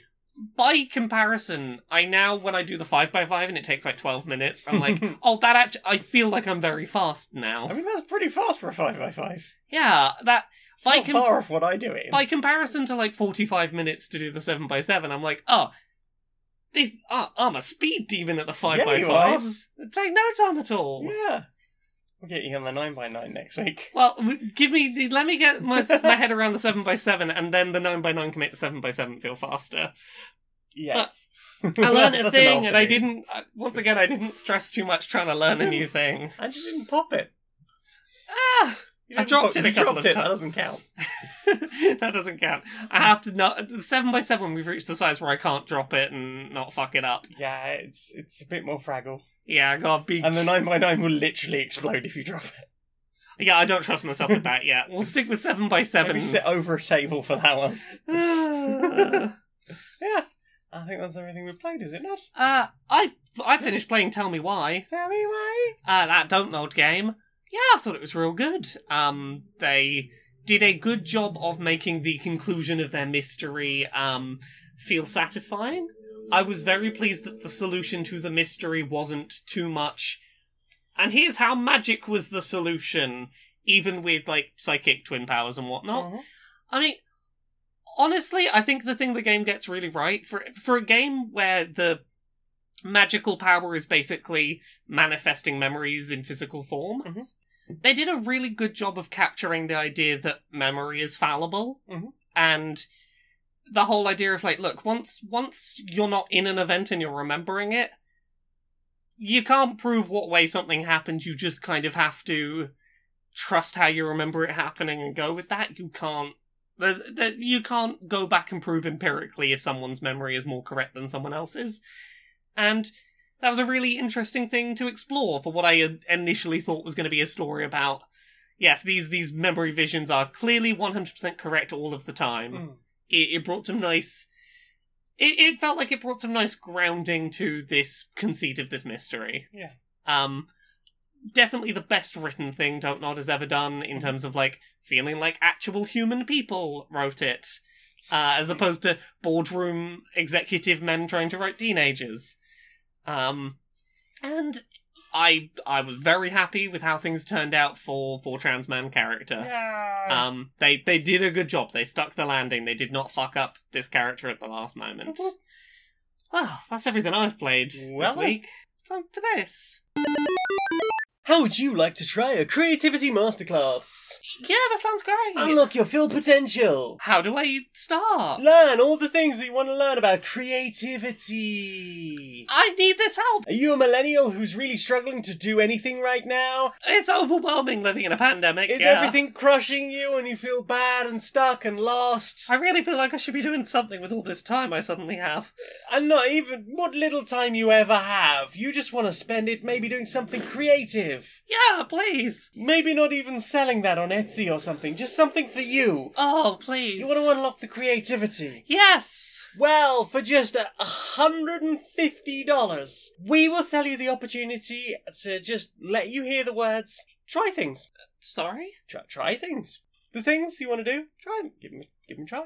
[SPEAKER 2] By comparison, I now when I do the five by five and it takes like twelve minutes, I'm like, oh, that actually, I feel like I'm very fast
[SPEAKER 1] <laughs> I
[SPEAKER 2] now.
[SPEAKER 1] mean that's pretty fast for a five x five.
[SPEAKER 2] Yeah, that
[SPEAKER 1] It's
[SPEAKER 2] By
[SPEAKER 1] not
[SPEAKER 2] com-
[SPEAKER 1] far off what I do it. in.
[SPEAKER 2] by comparison to like forty five minutes to do the seven by seven, I'm like, oh. They, uh, I'm a speed demon at the five
[SPEAKER 1] Yeah,
[SPEAKER 2] by
[SPEAKER 1] you are.
[SPEAKER 2] fives. Take no time at all.
[SPEAKER 1] Yeah. We'll get you on the 9x9 next week.
[SPEAKER 2] Well, w- give me. Let me get
[SPEAKER 1] <laughs>
[SPEAKER 2] my my head around the seven by seven, and then the nine by nine can make the seven by seven feel faster.
[SPEAKER 1] Yes.
[SPEAKER 2] I learned
[SPEAKER 1] <laughs>
[SPEAKER 2] a
[SPEAKER 1] That's
[SPEAKER 2] thing, and I
[SPEAKER 1] afternoon.
[SPEAKER 2] didn't. uh, Once again, I didn't stress too much trying to learn
[SPEAKER 1] <laughs>
[SPEAKER 2] a new thing.
[SPEAKER 1] And you didn't pop it.
[SPEAKER 2] Ah, <laughs>
[SPEAKER 1] You
[SPEAKER 2] I
[SPEAKER 1] didn't
[SPEAKER 2] dropped
[SPEAKER 1] pop-
[SPEAKER 2] it a
[SPEAKER 1] you
[SPEAKER 2] couple
[SPEAKER 1] dropped
[SPEAKER 2] of
[SPEAKER 1] it, That
[SPEAKER 2] times.
[SPEAKER 1] doesn't count.
[SPEAKER 2] that doesn't count. I have to not. the Seven by seven. We've reached the size where I can't drop it and not fuck it up.
[SPEAKER 1] Yeah, it's it's a bit more fragile.
[SPEAKER 2] Yeah, I gotta be.
[SPEAKER 1] And the 9x9 will literally explode if you drop it.
[SPEAKER 2] yeah, I don't trust myself with that yet. We'll stick with seven by
[SPEAKER 1] Maybe
[SPEAKER 2] seven.
[SPEAKER 1] sit over a table for that one.
[SPEAKER 2] Ah.
[SPEAKER 1] Yeah. I think that's everything we've played, is it not?
[SPEAKER 2] <sighs> uh, I I finished playing. Tell me why.
[SPEAKER 1] Tell me why.
[SPEAKER 2] uh, that Don't Nod game. Yeah, I thought it was real good. Um, they did a good job of making the conclusion of their mystery um, feel satisfying. I was very pleased that the solution to the mystery wasn't too much. And here's how magic was the solution, even with like psychic twin powers and whatnot.
[SPEAKER 1] Mhm.
[SPEAKER 2] I mean, honestly, I think the thing the game gets really right for for a game where the magical power is basically manifesting memories in physical form,
[SPEAKER 1] Mhm.
[SPEAKER 2] they did a really good job of capturing the idea that memory is fallible
[SPEAKER 1] Mhm.
[SPEAKER 2] and the whole idea of like, look, once once you're not in an event and you're remembering it. You can't prove what way something happened. You just kind of have to trust how you remember it happening and go with that. You can't. There's, there, you can't go back and prove empirically if someone's memory is more correct than someone else's. And that was a really interesting thing to explore for what I had initially thought was going to be a story about. Yes, these these memory visions are clearly 100% correct all of the time.
[SPEAKER 1] Mm.
[SPEAKER 2] It, it brought some nice it, it felt like it brought some nice grounding to this conceit of this mystery.
[SPEAKER 1] Yeah.
[SPEAKER 2] Um, definitely the best written thing Don't Nod has ever done
[SPEAKER 1] Mm-hmm.
[SPEAKER 2] in terms of like feeling like actual human people wrote it, uh, as opposed to boardroom executive men trying to write teenagers. Um, and I I was very happy with how things turned out for for trans man character.
[SPEAKER 1] Yeah.
[SPEAKER 2] Um, they they did a good job. They stuck the landing. They did not fuck up this character at the last moment.
[SPEAKER 1] Mhm.
[SPEAKER 2] Well, that's everything I've played
[SPEAKER 1] Well.
[SPEAKER 2] this week. Time for this.
[SPEAKER 1] How would you like to try a creativity masterclass?
[SPEAKER 2] Yeah, that sounds great.
[SPEAKER 1] Unlock your full potential.
[SPEAKER 2] How do I start?
[SPEAKER 1] Learn all the things that you want to learn about creativity.
[SPEAKER 2] I need this help.
[SPEAKER 1] Are you a millennial who's really struggling to do anything right now?
[SPEAKER 2] It's overwhelming living in a pandemic.
[SPEAKER 1] Is
[SPEAKER 2] yeah.
[SPEAKER 1] everything crushing you and you feel bad and stuck and lost?
[SPEAKER 2] I really feel like I should be doing something with all this time I suddenly have.
[SPEAKER 1] And not even what little time you ever have. You just want to spend it maybe doing something creative.
[SPEAKER 2] Yeah, please.
[SPEAKER 1] Maybe not even selling that on Etsy or something. Just something for you.
[SPEAKER 2] Oh, please.
[SPEAKER 1] You want to unlock the creativity.
[SPEAKER 2] Yes.
[SPEAKER 1] Well, for just a $150, we will sell you the opportunity to just let you hear the words try things.
[SPEAKER 2] Sorry.
[SPEAKER 1] Try, try things. The things you want to do, try them. Give them, give them a try.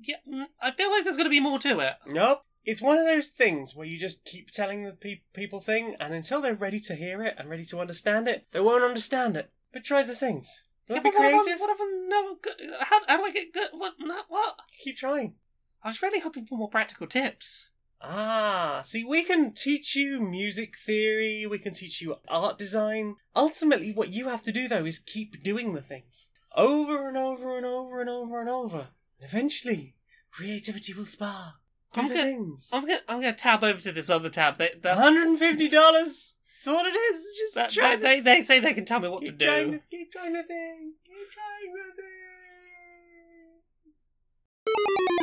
[SPEAKER 2] Yeah, mm, I feel like there's going to be more to it.
[SPEAKER 1] Nope. It's one of those things where you just keep telling the pe- people thing, and until they're ready to hear it and ready to understand it, they won't understand it. But try the things. You want to be
[SPEAKER 2] Yeah, but what if I'm-
[SPEAKER 1] creative?
[SPEAKER 2] What if I'm no good? How, how do I get good? What? No, what?
[SPEAKER 1] Keep trying.
[SPEAKER 2] I was really hoping for more practical tips.
[SPEAKER 1] Ah, see, we can teach you music theory, we can teach you art design. Ultimately, what you have to do, though, is keep doing the things over and over and over and over and over. Eventually, creativity will spark. Do
[SPEAKER 2] I'm
[SPEAKER 1] the
[SPEAKER 2] go-
[SPEAKER 1] things.
[SPEAKER 2] I'm gonna I'm gonna tab over to this other tab. They they,
[SPEAKER 1] $150? That's what it is. Just
[SPEAKER 2] that-
[SPEAKER 1] try
[SPEAKER 2] they, they they say they can tell me what to
[SPEAKER 1] keep
[SPEAKER 2] do.
[SPEAKER 1] trying, the- keep trying the things. Keep trying the things.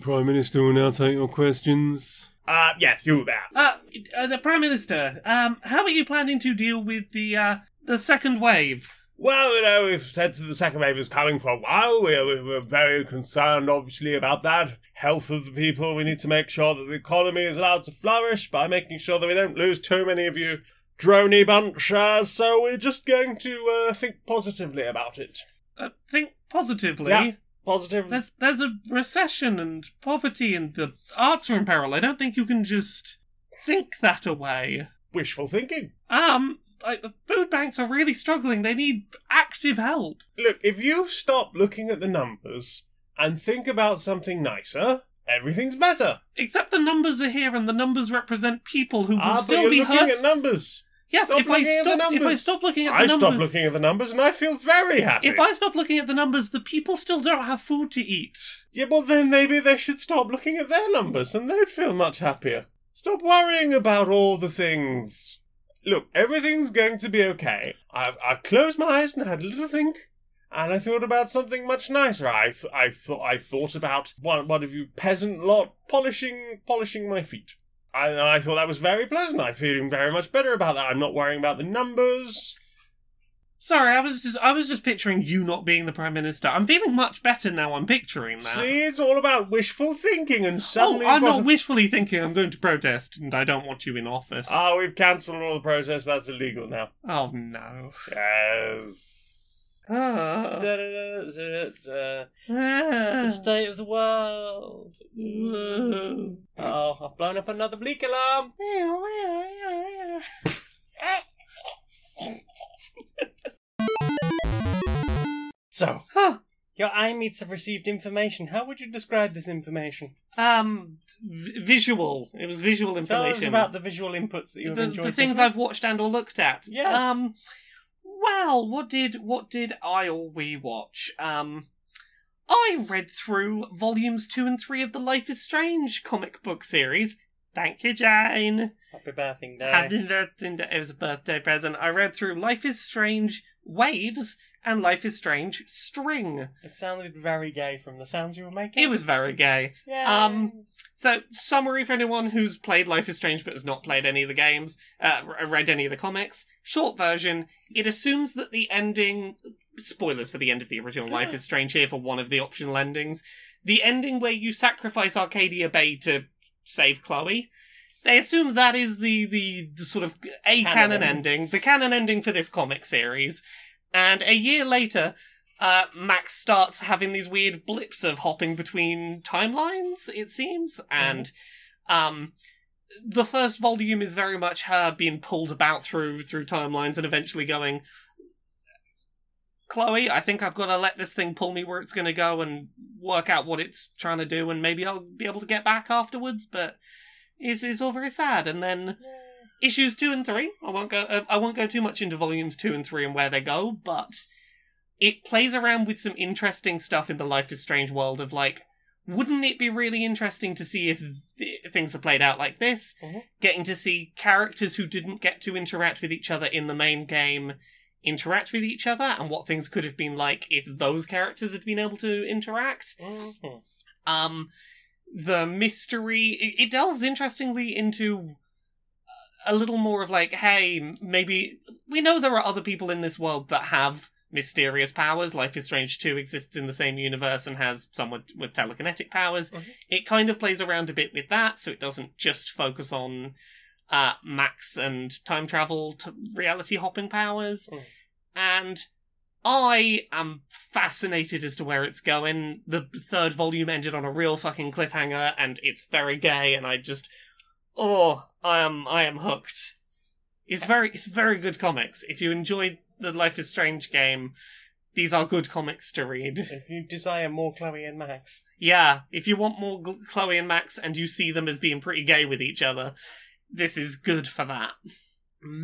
[SPEAKER 3] Prime Minister will now take your questions.
[SPEAKER 1] Uh, yes, you there.
[SPEAKER 2] Uh, uh, the prime minister. Um, how are you planning to deal with the uh the second wave?
[SPEAKER 4] Well, you know, we've said that the second wave is coming for a while. We're, we we're very concerned, obviously, about that. Health of the people. We need to make sure that the economy is allowed to flourish by making sure that we don't lose too many of you drony bunchers. So we're just going to uh, think positively about it.
[SPEAKER 2] Uh, think positively.
[SPEAKER 4] Yeah. Positive.
[SPEAKER 2] There's there's a recession and poverty and the arts are in peril. I don't think you can just think that away.
[SPEAKER 4] Wishful thinking.
[SPEAKER 2] Um, like the food banks are really struggling. They need active help.
[SPEAKER 4] Look, if you stop looking at the numbers and think about something nicer, everything's better.
[SPEAKER 2] Except the numbers are here, and the numbers represent people who will
[SPEAKER 4] ah, but
[SPEAKER 2] still
[SPEAKER 4] you're
[SPEAKER 2] be
[SPEAKER 4] looking
[SPEAKER 2] hurt.
[SPEAKER 4] at numbers.
[SPEAKER 2] yes,
[SPEAKER 4] stop
[SPEAKER 2] if I
[SPEAKER 4] looking at the
[SPEAKER 2] stop, if I
[SPEAKER 4] numbers.
[SPEAKER 2] stop looking at the
[SPEAKER 4] I
[SPEAKER 2] numbers,
[SPEAKER 4] stop looking at the numbers and I feel very happy.
[SPEAKER 2] if I stop looking at the numbers, the people still don't have food to eat.
[SPEAKER 4] Yeah, well, then maybe they should stop looking at their numbers and they'd feel much happier. Stop worrying about all the things. Look, everything's going to be okay. I, I closed my eyes and had a little think, and I thought about something much nicer. I, th- I thought I thought about one one of you peasant lot polishing polishing my feet. I, and I thought that was very pleasant. I'm feeling very much better about that. I'm not worrying about the numbers.
[SPEAKER 2] Sorry, I was just I was just picturing you not being the prime minister. I'm feeling much better now. I'm picturing that.
[SPEAKER 4] See, it's all about wishful thinking, and
[SPEAKER 2] oh,
[SPEAKER 4] suddenly
[SPEAKER 2] I'm
[SPEAKER 4] you've got
[SPEAKER 2] not
[SPEAKER 4] a-
[SPEAKER 2] wishfully thinking I'm going to protest, and I don't want you in office.
[SPEAKER 4] Ah, we've cancelled all the protests. That's illegal now.
[SPEAKER 2] oh no.
[SPEAKER 4] Yes.
[SPEAKER 2] Ah.
[SPEAKER 1] The
[SPEAKER 2] Ah.
[SPEAKER 1] state of the world.
[SPEAKER 2] Whoa.
[SPEAKER 1] Oh, I've blown up another bleak alarm. So,
[SPEAKER 2] Huh.
[SPEAKER 1] your eye meets have received information. How would you describe this information?
[SPEAKER 2] Um, v- visual. It was visual
[SPEAKER 1] Tell
[SPEAKER 2] information
[SPEAKER 1] us about the visual inputs that you have
[SPEAKER 2] the,
[SPEAKER 1] enjoyed.
[SPEAKER 2] the
[SPEAKER 1] this
[SPEAKER 2] things
[SPEAKER 1] week.
[SPEAKER 2] I've watched and or looked at.
[SPEAKER 1] Yes.
[SPEAKER 2] Um, well, what did what did I or we watch? Um, I read through volumes two and three of the Life is Strange comic book series. Thank you, Jane.
[SPEAKER 1] Happy birthday.
[SPEAKER 2] Had it- It was a birthday present. I read through Life is Strange Waves and Life is Strange String.
[SPEAKER 1] It sounded very gay from the sounds you were making.
[SPEAKER 2] It was very gay.
[SPEAKER 1] Yeah.
[SPEAKER 2] um, So, summary for anyone who's played Life is Strange but has not played any of the games, uh, r- read any of the comics, short version, it assumes that the ending. Spoilers for the end of the original Life is Strange here for one of the optional endings. The ending where you sacrifice Arcadia Bay to save Chloe. They assume that is the, the, the sort of
[SPEAKER 1] Canon
[SPEAKER 2] a canon ending, the canon ending for this comic series. And a year later, uh, Max starts having these weird blips of hopping between timelines, it seems, and um, the first volume is very much her being pulled about through through timelines and eventually going, Chloe, I think I've got to let this thing pull me where it's going to go and work out what it's trying to do, and maybe I'll be able to get back afterwards. But it's it's all very sad, and then. Issues two and three. I won't go. uh, I won't go too much into volumes two and three and where they go, but it plays around with some interesting stuff in the Life is Strange world of like, wouldn't it be really interesting to see if th- things are played out like this?
[SPEAKER 1] Mhm.
[SPEAKER 2] Getting to see characters who didn't get to interact with each other in the main game interact with each other and what things could have been like if those characters had been able to interact.
[SPEAKER 1] Mhm.
[SPEAKER 2] Um, the mystery it, it delves interestingly into a little more of like, hey, maybe we know there are other people in this world that have mysterious powers. Life is Strange Two exists in the same universe and has someone with telekinetic powers.
[SPEAKER 1] Mhm.
[SPEAKER 2] It kind of plays around a bit with that, so it doesn't just focus on uh, Max and time travel to reality hopping powers.
[SPEAKER 1] Mm.
[SPEAKER 2] And I am fascinated as to where it's going. The third volume ended on a real fucking cliffhanger, and it's very gay. And I just, oh, I am, I am hooked. It's very, it's very good comics. If you enjoyed the Life is Strange game, these are good comics to read.
[SPEAKER 1] If you desire more Chloe and Max,
[SPEAKER 2] Yeah, if you want more Gl- Chloe and Max, and you see them as being pretty gay with each other, this is good for that.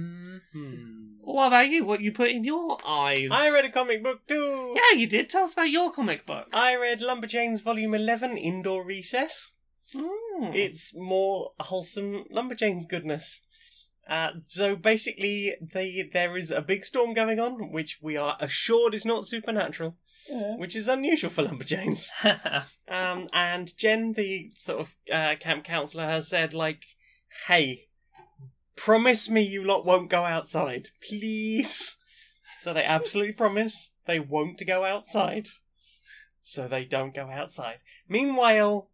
[SPEAKER 1] mm-hmm.
[SPEAKER 2] What about you? What you put in your eyes?
[SPEAKER 1] I read a comic book too.
[SPEAKER 2] Yeah, you did. Tell us about your comic book.
[SPEAKER 1] I read Lumberjanes Volume 11, Indoor Recess.
[SPEAKER 2] Mm.
[SPEAKER 1] It's more wholesome Lumberjanes goodness. Uh, so basically, they, there is a big storm going on, which we are assured is not supernatural, which is unusual for Lumberjanes.
[SPEAKER 2] <laughs>
[SPEAKER 1] Um, and Jen, the sort of uh, camp counselor, has said, like, hey, promise me you lot won't go outside, please. So they absolutely promise they won't go outside. So they don't go outside. Meanwhile,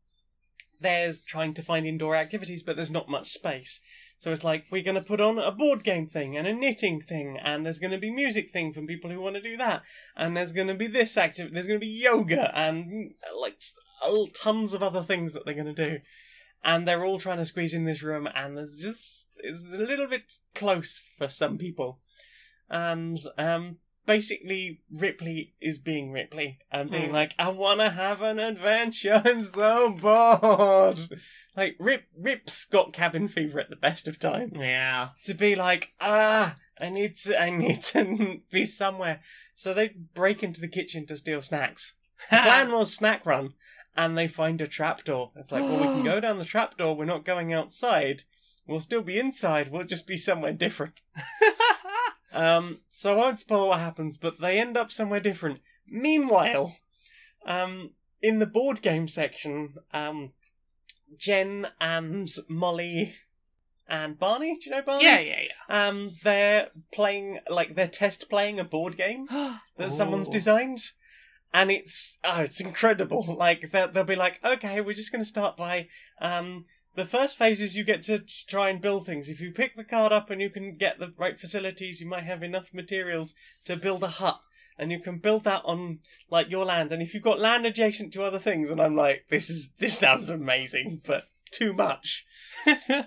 [SPEAKER 1] there's trying to find indoor activities, but there's not much space. So it's like, we're going to put on a board game thing and a knitting thing, and there's going to be music thing from people who want to do that, and there's going to be this activity, there's going to be yoga, and like s- all- tons of other things that they're going to do. And they're all trying to squeeze in this room, and there's just, it's a little bit close for some people. And, um, basically Ripley is being Ripley and being
[SPEAKER 2] Mm.
[SPEAKER 1] like, I want to have an adventure. I'm so bored. Like Rip, Rip's got cabin fever at the best of times.
[SPEAKER 2] Yeah.
[SPEAKER 1] To be like, ah, I need to, I need to <laughs> be somewhere. So they break into the kitchen to steal snacks. The
[SPEAKER 2] Ah.
[SPEAKER 1] plan was snack run, and they find a trapdoor. It's like, well, we can go down the trapdoor. We're not going outside. We'll still be inside. We'll just be somewhere different. Um, so I won't spoil what happens, but they end up somewhere different. Meanwhile, um, in the board game section, um, Jen and Molly and Barney, do you know Barney?
[SPEAKER 2] yeah, yeah,
[SPEAKER 1] Um, they're playing, like, they're test playing a board game
[SPEAKER 2] yeah.
[SPEAKER 1] <gasps> that someone's
[SPEAKER 2] Ooh.
[SPEAKER 1] designed. And it's oh, it's incredible. <laughs> Like they'll, they'll be like, okay, we're just going to start by um, the first phase is you get to t- try and build things. If you pick the card up and you can get the right facilities, you might have enough materials to build a hut, and you can build that on like your land. And if you've got land adjacent to other things, and I'm like, this is this sounds amazing, <laughs> but too much.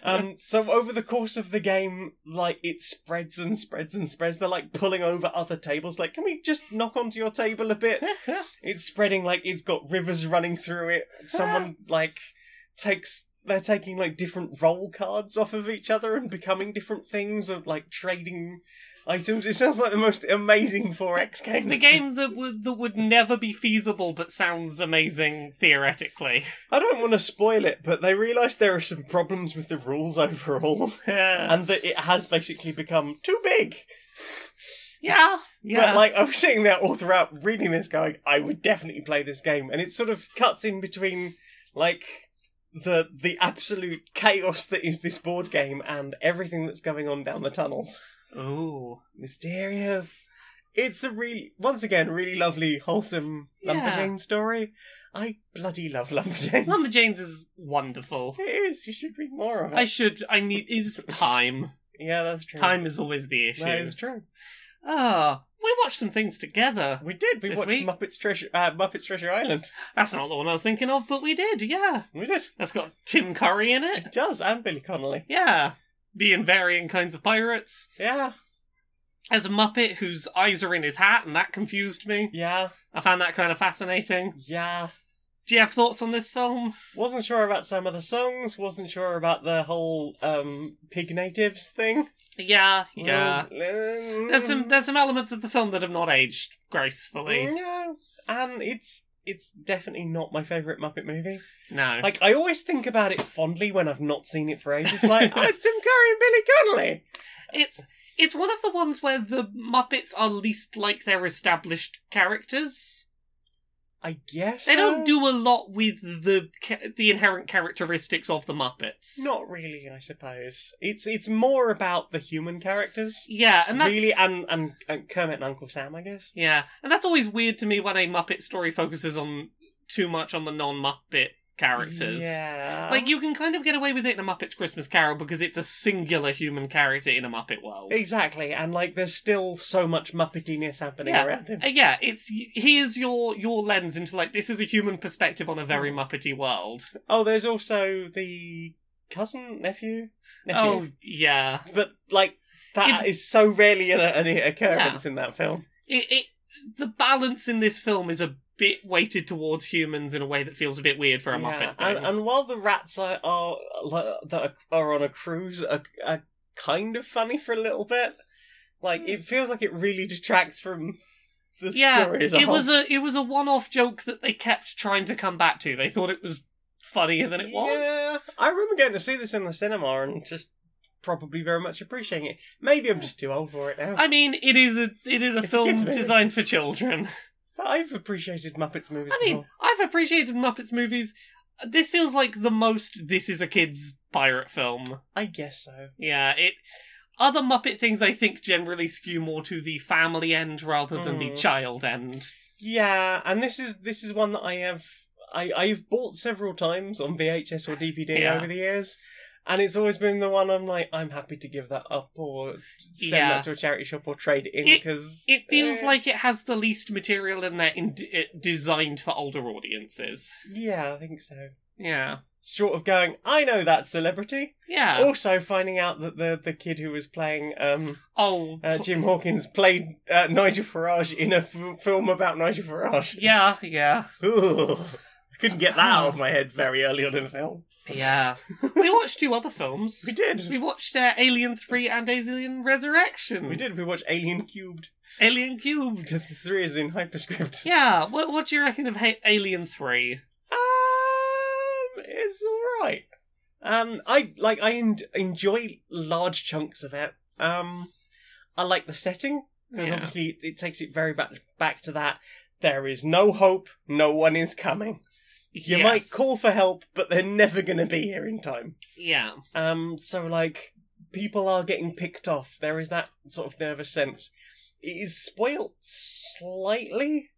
[SPEAKER 1] Um, so over the course of the game, like it spreads and spreads and spreads. They're like pulling over other tables. Like, can we just knock onto your table a bit? It's spreading. Like it's got rivers running through it. Someone
[SPEAKER 2] Ah.
[SPEAKER 1] like takes. They're taking like different roll cards off of each other and becoming different things of like trading items. It sounds like the most amazing 4X game.
[SPEAKER 2] <laughs> the game that would that would never be feasible but sounds amazing
[SPEAKER 1] <laughs>
[SPEAKER 2] theoretically.
[SPEAKER 1] I don't want to spoil it, but they realise there are some problems with the rules overall.
[SPEAKER 2] <laughs> Yeah.
[SPEAKER 1] and that it has basically become too big.
[SPEAKER 2] Yeah, yeah.
[SPEAKER 1] But like I was sitting there all throughout reading this, going, I would definitely play this game, and it sort of cuts in between like the the absolute chaos that is this board game and everything that's going on down the tunnels.
[SPEAKER 2] Ooh.
[SPEAKER 1] Mysterious. It's a really, once again, really lovely, wholesome
[SPEAKER 2] Yeah.
[SPEAKER 1] lumberjane story. I bloody love lumberjanes.
[SPEAKER 2] Lumberjanes is wonderful.
[SPEAKER 1] <laughs> it is. You should read more of it.
[SPEAKER 2] I should. I need. Is time.
[SPEAKER 1] yeah, that's true.
[SPEAKER 2] Time is always the issue.
[SPEAKER 1] That is true.
[SPEAKER 2] Ah, we watched some things together.
[SPEAKER 1] We did. We
[SPEAKER 2] This
[SPEAKER 1] watched
[SPEAKER 2] week?
[SPEAKER 1] Muppets Treasure uh, Muppets Treasure Island.
[SPEAKER 2] That's not the one I was thinking of, but we did. Yeah,
[SPEAKER 1] We did.
[SPEAKER 2] that's got Tim Curry in
[SPEAKER 1] <laughs>
[SPEAKER 2] it.
[SPEAKER 1] It does, and Billy Connolly.
[SPEAKER 2] Yeah, being varying kinds of pirates.
[SPEAKER 1] Yeah.
[SPEAKER 2] As a Muppet whose eyes are in his hat, and that confused me.
[SPEAKER 1] Yeah.
[SPEAKER 2] I found that kind of fascinating.
[SPEAKER 1] Yeah.
[SPEAKER 2] Do you have thoughts on this film?
[SPEAKER 1] Wasn't sure about some of the songs, wasn't sure about the whole um pig natives thing.
[SPEAKER 2] Yeah, yeah.
[SPEAKER 1] Mm,
[SPEAKER 2] There's some there's some elements of the film that have not aged gracefully.
[SPEAKER 1] No. And it's it's definitely not my favourite Muppet movie.
[SPEAKER 2] No.
[SPEAKER 1] Like I always think about it fondly when I've not seen it for ages.
[SPEAKER 2] <laughs>
[SPEAKER 1] Like, oh, it's Tim Curry and Billy Connolly.
[SPEAKER 2] It's it's one of the ones where the Muppets are least like their established characters.
[SPEAKER 1] I guess
[SPEAKER 2] They don't
[SPEAKER 1] so.
[SPEAKER 2] do a lot with the ca- the inherent characteristics of the Muppets.
[SPEAKER 1] Not really, I suppose. It's it's more about the human characters.
[SPEAKER 2] Yeah, and that's
[SPEAKER 1] really, and, and and Kermit and Uncle Sam, I guess.
[SPEAKER 2] yeah, and that's always weird to me when a Muppet story focuses on too much on the non-Muppet characters.
[SPEAKER 1] Yeah.
[SPEAKER 2] Like you can kind of get away with it in a Muppets Christmas Carol because it's a singular human character in a Muppet world.
[SPEAKER 1] Exactly, and like there's still so much muppetiness happening
[SPEAKER 2] Yeah.
[SPEAKER 1] around him.
[SPEAKER 2] Uh, yeah, it's here's your your lens into like this is a human perspective on a very
[SPEAKER 1] Hmm.
[SPEAKER 2] Muppety
[SPEAKER 1] <laughs>
[SPEAKER 2] world.
[SPEAKER 1] Oh, there's also the cousin, nephew,
[SPEAKER 2] Oh
[SPEAKER 1] nephew.
[SPEAKER 2] yeah,
[SPEAKER 1] but like that is so rarely an, an occurrence in that film.
[SPEAKER 2] it, it the balance in this film is a bit weighted towards humans in a way that feels a bit weird for a Muppet thing.
[SPEAKER 1] and, and while the rats are, are like, that are on a cruise are, are kind of funny for a little bit, like it feels like it really detracts from the
[SPEAKER 2] Hmm. yeah,
[SPEAKER 1] story as a
[SPEAKER 2] it
[SPEAKER 1] whole.
[SPEAKER 2] was a it was a one off joke that they kept trying to come back to. They thought it was funnier than it was.
[SPEAKER 1] Yeah, I remember going to see this in the cinema and just probably very much appreciating it. Maybe I'm just too old for it now.
[SPEAKER 2] I mean, it is a it is a
[SPEAKER 1] It's a
[SPEAKER 2] film
[SPEAKER 1] kids' movie.
[SPEAKER 2] designed for children.
[SPEAKER 1] But I've appreciated Muppets movies.
[SPEAKER 2] I mean,
[SPEAKER 1] before.
[SPEAKER 2] I've appreciated Muppets movies. This feels like the most this is a kids pirate film.
[SPEAKER 1] I guess so.
[SPEAKER 2] Yeah, it other Muppet things I think generally skew more to the family end rather than the
[SPEAKER 1] Mm.
[SPEAKER 2] child end.
[SPEAKER 1] Yeah, and this is this is one that I have I I've bought several times on VHS or DVD
[SPEAKER 2] Yeah.
[SPEAKER 1] over the years. And it's always been the one I'm like, I'm happy to give that up or send
[SPEAKER 2] Yeah.
[SPEAKER 1] that to a charity shop or trade it in
[SPEAKER 2] It-
[SPEAKER 1] because
[SPEAKER 2] It feels like it has the least material in there in it designed for older audiences.
[SPEAKER 1] yeah, I think so.
[SPEAKER 2] Yeah.
[SPEAKER 1] Sort of going, I know that celebrity.
[SPEAKER 2] Yeah.
[SPEAKER 1] Also, finding out that the the kid who was playing um
[SPEAKER 2] oh,
[SPEAKER 1] uh, Jim Hawkins played uh, Nigel Farage in a f- film about Nigel Farage.
[SPEAKER 2] yeah, yeah,
[SPEAKER 1] Ooh, I couldn't get that out of my head very early on in the film.
[SPEAKER 2] yeah. we watched two other films.
[SPEAKER 1] <laughs> We did.
[SPEAKER 2] We watched uh, Alien 3 and Alien Resurrection.
[SPEAKER 1] We did. We watched Alien Cubed
[SPEAKER 2] Alien Cubed.
[SPEAKER 1] because the three is in hyperscript.
[SPEAKER 2] Yeah, what, what do you reckon of ha- Alien 3?
[SPEAKER 1] Um, it's all right. Um, I like. I en- enjoy large chunks of it. Um, I like the setting because
[SPEAKER 2] Yeah.
[SPEAKER 1] obviously it, it takes it very back back to that. There is no hope. No one is coming. You might
[SPEAKER 2] Yes.
[SPEAKER 1] call for help, but they're never going to be here in time.
[SPEAKER 2] Yeah.
[SPEAKER 1] Um, so like people are getting picked off. There is that sort of nervous sense. It is spoilt slightly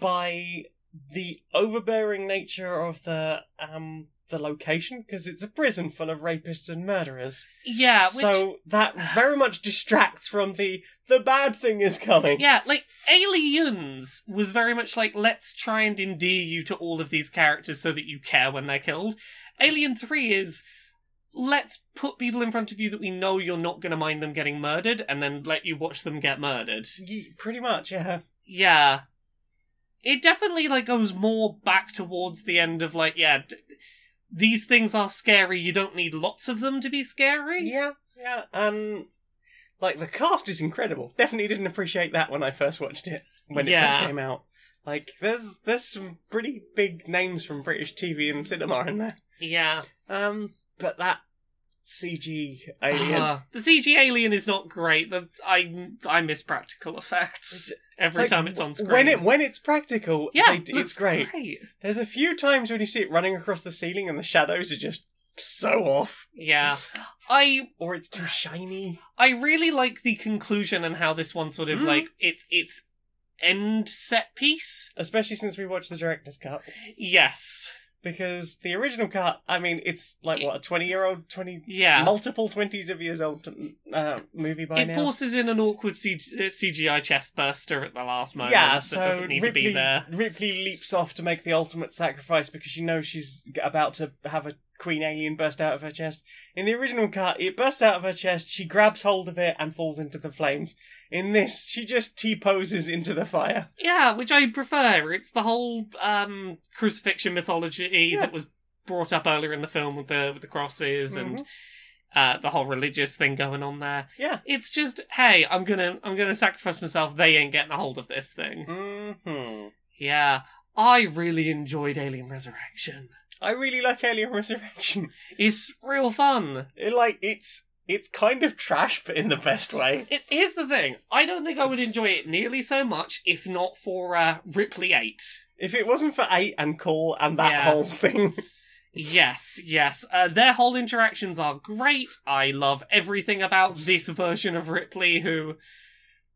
[SPEAKER 1] by the overbearing nature of the um the location because it's a prison full of rapists and murderers.
[SPEAKER 2] Yeah, which.
[SPEAKER 1] So that very much distracts from the the bad thing is coming.
[SPEAKER 2] Yeah, like Aliens was very much like let's try and endear you to all of these characters so that you care when they're killed. Alien 3 is let's put people in front of you that we know you're not going to mind them getting murdered and then let you watch them get murdered.
[SPEAKER 1] Ye- pretty much, yeah.
[SPEAKER 2] Yeah. It definitely like goes more back towards the end of like yeah, d- these things are scary. You don't need lots of them to be scary.
[SPEAKER 1] Yeah, yeah. And like the cast is incredible. Definitely didn't appreciate that when I first watched it when it
[SPEAKER 2] Yeah.
[SPEAKER 1] first came out. Like there's there's some pretty big names from British TV and cinema in there.
[SPEAKER 2] Yeah.
[SPEAKER 1] Um, but that CG alien.
[SPEAKER 2] Ah, the CG alien is not great. The, I I miss practical effects every
[SPEAKER 1] Like,
[SPEAKER 2] time it's on screen.
[SPEAKER 1] When it when it's practical,
[SPEAKER 2] yeah,
[SPEAKER 1] they-
[SPEAKER 2] looks
[SPEAKER 1] it's great. There's a few times when you see it running across the ceiling and the shadows are just so off,
[SPEAKER 2] Yeah, I
[SPEAKER 1] or it's too shiny.
[SPEAKER 2] I really like the conclusion and how this one sort of
[SPEAKER 1] Mhm.
[SPEAKER 2] like it's it's end set piece.
[SPEAKER 1] Especially since we watched the director's cut,
[SPEAKER 2] Yes.
[SPEAKER 1] because the original cut, I mean, it's like what a twenty-year-old, twenty
[SPEAKER 2] Yeah.
[SPEAKER 1] multiple twenties of years old uh, movie by
[SPEAKER 2] it
[SPEAKER 1] now.
[SPEAKER 2] forces in an awkward CG- uh, CGI chest burster at the last moment
[SPEAKER 1] yeah,
[SPEAKER 2] that
[SPEAKER 1] so
[SPEAKER 2] doesn't need
[SPEAKER 1] Ripley,
[SPEAKER 2] to be there.
[SPEAKER 1] Ripley leaps off to make the ultimate sacrifice because she knows she's g- about to have a queen alien burst out of her chest. In the original cut, it bursts out of her chest, she grabs hold of it and falls into the flames. In this, she just T poses into the
[SPEAKER 2] <laughs>
[SPEAKER 1] fire.
[SPEAKER 2] Yeah, which I prefer. It's the whole um, crucifixion mythology
[SPEAKER 1] Yeah.
[SPEAKER 2] that was brought up earlier in the film with the with the crosses and uh, the whole religious thing going on there.
[SPEAKER 1] Mm-hmm. Yeah.
[SPEAKER 2] It's just, hey, I'm gonna I'm gonna sacrifice myself. They ain't getting a hold of this
[SPEAKER 1] Mm.
[SPEAKER 2] thing.
[SPEAKER 1] Mm-hmm.
[SPEAKER 2] Yeah, I really enjoyed Alien Resurrection.
[SPEAKER 1] I really like Alien Resurrection.
[SPEAKER 2] It's real fun.
[SPEAKER 1] It, like it's it's kind of trash, but in the best way.
[SPEAKER 2] It, here's the thing: I don't think I would enjoy it nearly so much if not for uh, Ripley Eight.
[SPEAKER 1] If it wasn't for eight and call and that
[SPEAKER 2] Yeah.
[SPEAKER 1] whole thing,
[SPEAKER 2] Yes, yes. Uh, their whole interactions are great. I love everything about this version of Ripley, who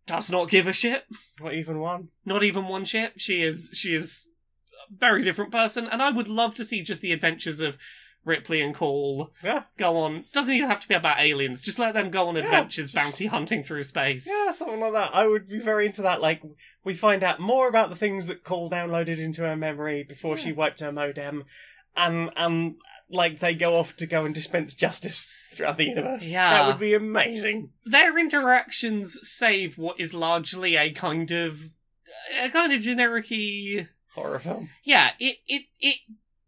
[SPEAKER 2] does not give a shit.
[SPEAKER 1] not even one.
[SPEAKER 2] <laughs> Not even one shit. She is she is a very different person, and I would love to see just the adventures of Ripley and Call
[SPEAKER 1] Yeah.
[SPEAKER 2] go on. Doesn't even have to be about aliens. Just let them go on
[SPEAKER 1] Yeah,
[SPEAKER 2] adventures,
[SPEAKER 1] just-
[SPEAKER 2] bounty hunting through space.
[SPEAKER 1] Yeah, something like that. I would be very into that. Like, we find out more about the things that Cole downloaded into her memory before
[SPEAKER 2] Hmm.
[SPEAKER 1] she wiped her modem, and and like they go off to go and dispense justice throughout the universe.
[SPEAKER 2] Yeah.
[SPEAKER 1] that would be amazing.
[SPEAKER 2] their interactions save what is largely a kind of a kind of generic
[SPEAKER 1] Horror film.
[SPEAKER 2] yeah it it it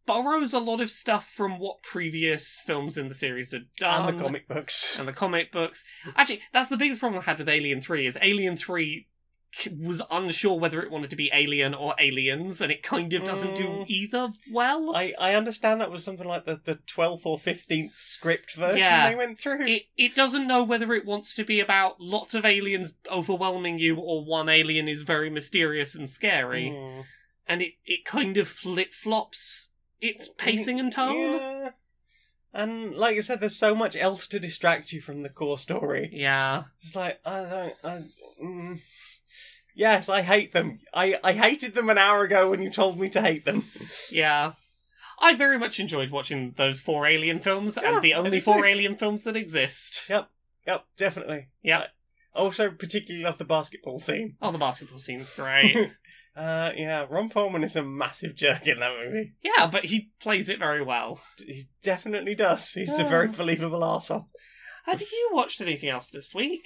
[SPEAKER 2] borrows a lot of stuff from what previous films in the series had done
[SPEAKER 1] and the comic books.
[SPEAKER 2] Um, and the comic books actually that's the biggest problem i had with alien 3 is alien 3 k- was unsure whether it wanted to be alien or aliens and it kind of doesn't do
[SPEAKER 1] Mm.
[SPEAKER 2] either well
[SPEAKER 1] I, I understand that was something like the, the 12th or 15th script version
[SPEAKER 2] Yeah.
[SPEAKER 1] they went through.
[SPEAKER 2] it, it doesn't know whether it wants to be about lots of aliens overwhelming you or one alien is very mysterious and scary
[SPEAKER 1] Mm.
[SPEAKER 2] and it, it kind of flip flops its pacing and tone.
[SPEAKER 1] Mm, Yeah. And like I said, there's so much else to distract you from the core story.
[SPEAKER 2] Yeah.
[SPEAKER 1] It's like I don't. I, mm. Yes, I hate them. I, I hated them an hour ago when you told me to hate them.
[SPEAKER 2] Yeah. I very much enjoyed watching those four alien films
[SPEAKER 1] Yeah,
[SPEAKER 2] and the
[SPEAKER 1] I
[SPEAKER 2] only
[SPEAKER 1] did
[SPEAKER 2] four
[SPEAKER 1] too.
[SPEAKER 2] alien films that exist.
[SPEAKER 1] Yep, definitely.
[SPEAKER 2] Yeah.
[SPEAKER 1] I also particularly love the basketball scene.
[SPEAKER 2] Oh, the basketball scene's great.
[SPEAKER 1] <laughs> Uh, yeah, Ron Perlman is a massive jerk in that movie.
[SPEAKER 2] yeah, but he plays it very well.
[SPEAKER 1] He definitely does. He's a very believable arsehole.
[SPEAKER 2] Have you watched anything else this week?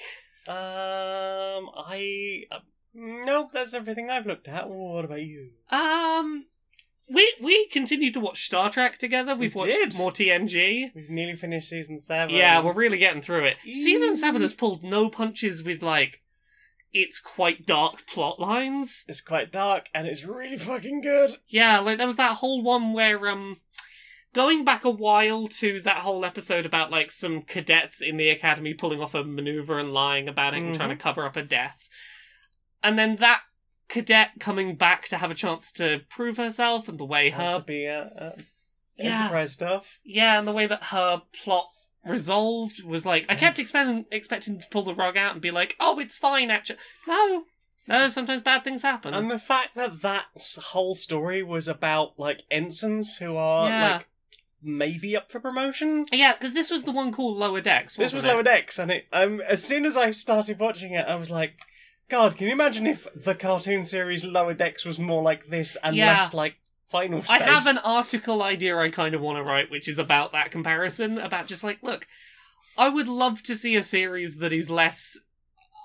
[SPEAKER 1] Um, I. Uh, nope, that's everything I've looked at. What about you?
[SPEAKER 2] Um, we we continued to watch Star Trek together. We've
[SPEAKER 1] We
[SPEAKER 2] watched
[SPEAKER 1] did.
[SPEAKER 2] more TNG.
[SPEAKER 1] We've nearly finished season seven.
[SPEAKER 2] Yeah, we're really getting through it. Season
[SPEAKER 1] Mm.
[SPEAKER 2] seven has pulled no punches with like its quite dark plot lines.
[SPEAKER 1] It's quite dark and it's really fucking good.
[SPEAKER 2] Yeah, like there was that whole one where um going back a while to that whole episode about like some cadets in the academy pulling off a maneuver and lying about it and
[SPEAKER 1] Mhm.
[SPEAKER 2] trying to cover up a death. And then that cadet coming back to have a chance to prove herself and the way
[SPEAKER 1] Had to
[SPEAKER 2] her
[SPEAKER 1] be uh, uh,
[SPEAKER 2] Yeah.
[SPEAKER 1] enterprise stuff.
[SPEAKER 2] yeah, and the way that her plot resolved was like I kept expecting expecting to pull the rug out and be like, "Oh, it's fine actually." No. No, sometimes bad things happen.
[SPEAKER 1] And the fact that that s- whole story was about like ensigns who are
[SPEAKER 2] Yeah.
[SPEAKER 1] like maybe up for promotion.
[SPEAKER 2] yeah, because this was the one called Lower Decks.
[SPEAKER 1] This
[SPEAKER 2] Wasn't
[SPEAKER 1] was
[SPEAKER 2] it?
[SPEAKER 1] Lower Decks, and it um as soon as I started watching it, I was like, God, can you imagine if the cartoon series Lower Decks was more like this and
[SPEAKER 2] Yeah.
[SPEAKER 1] less like Final Space?
[SPEAKER 2] I have an article idea I kind of want to write, which is about that comparison. About just like, look, I would love to see a series that is less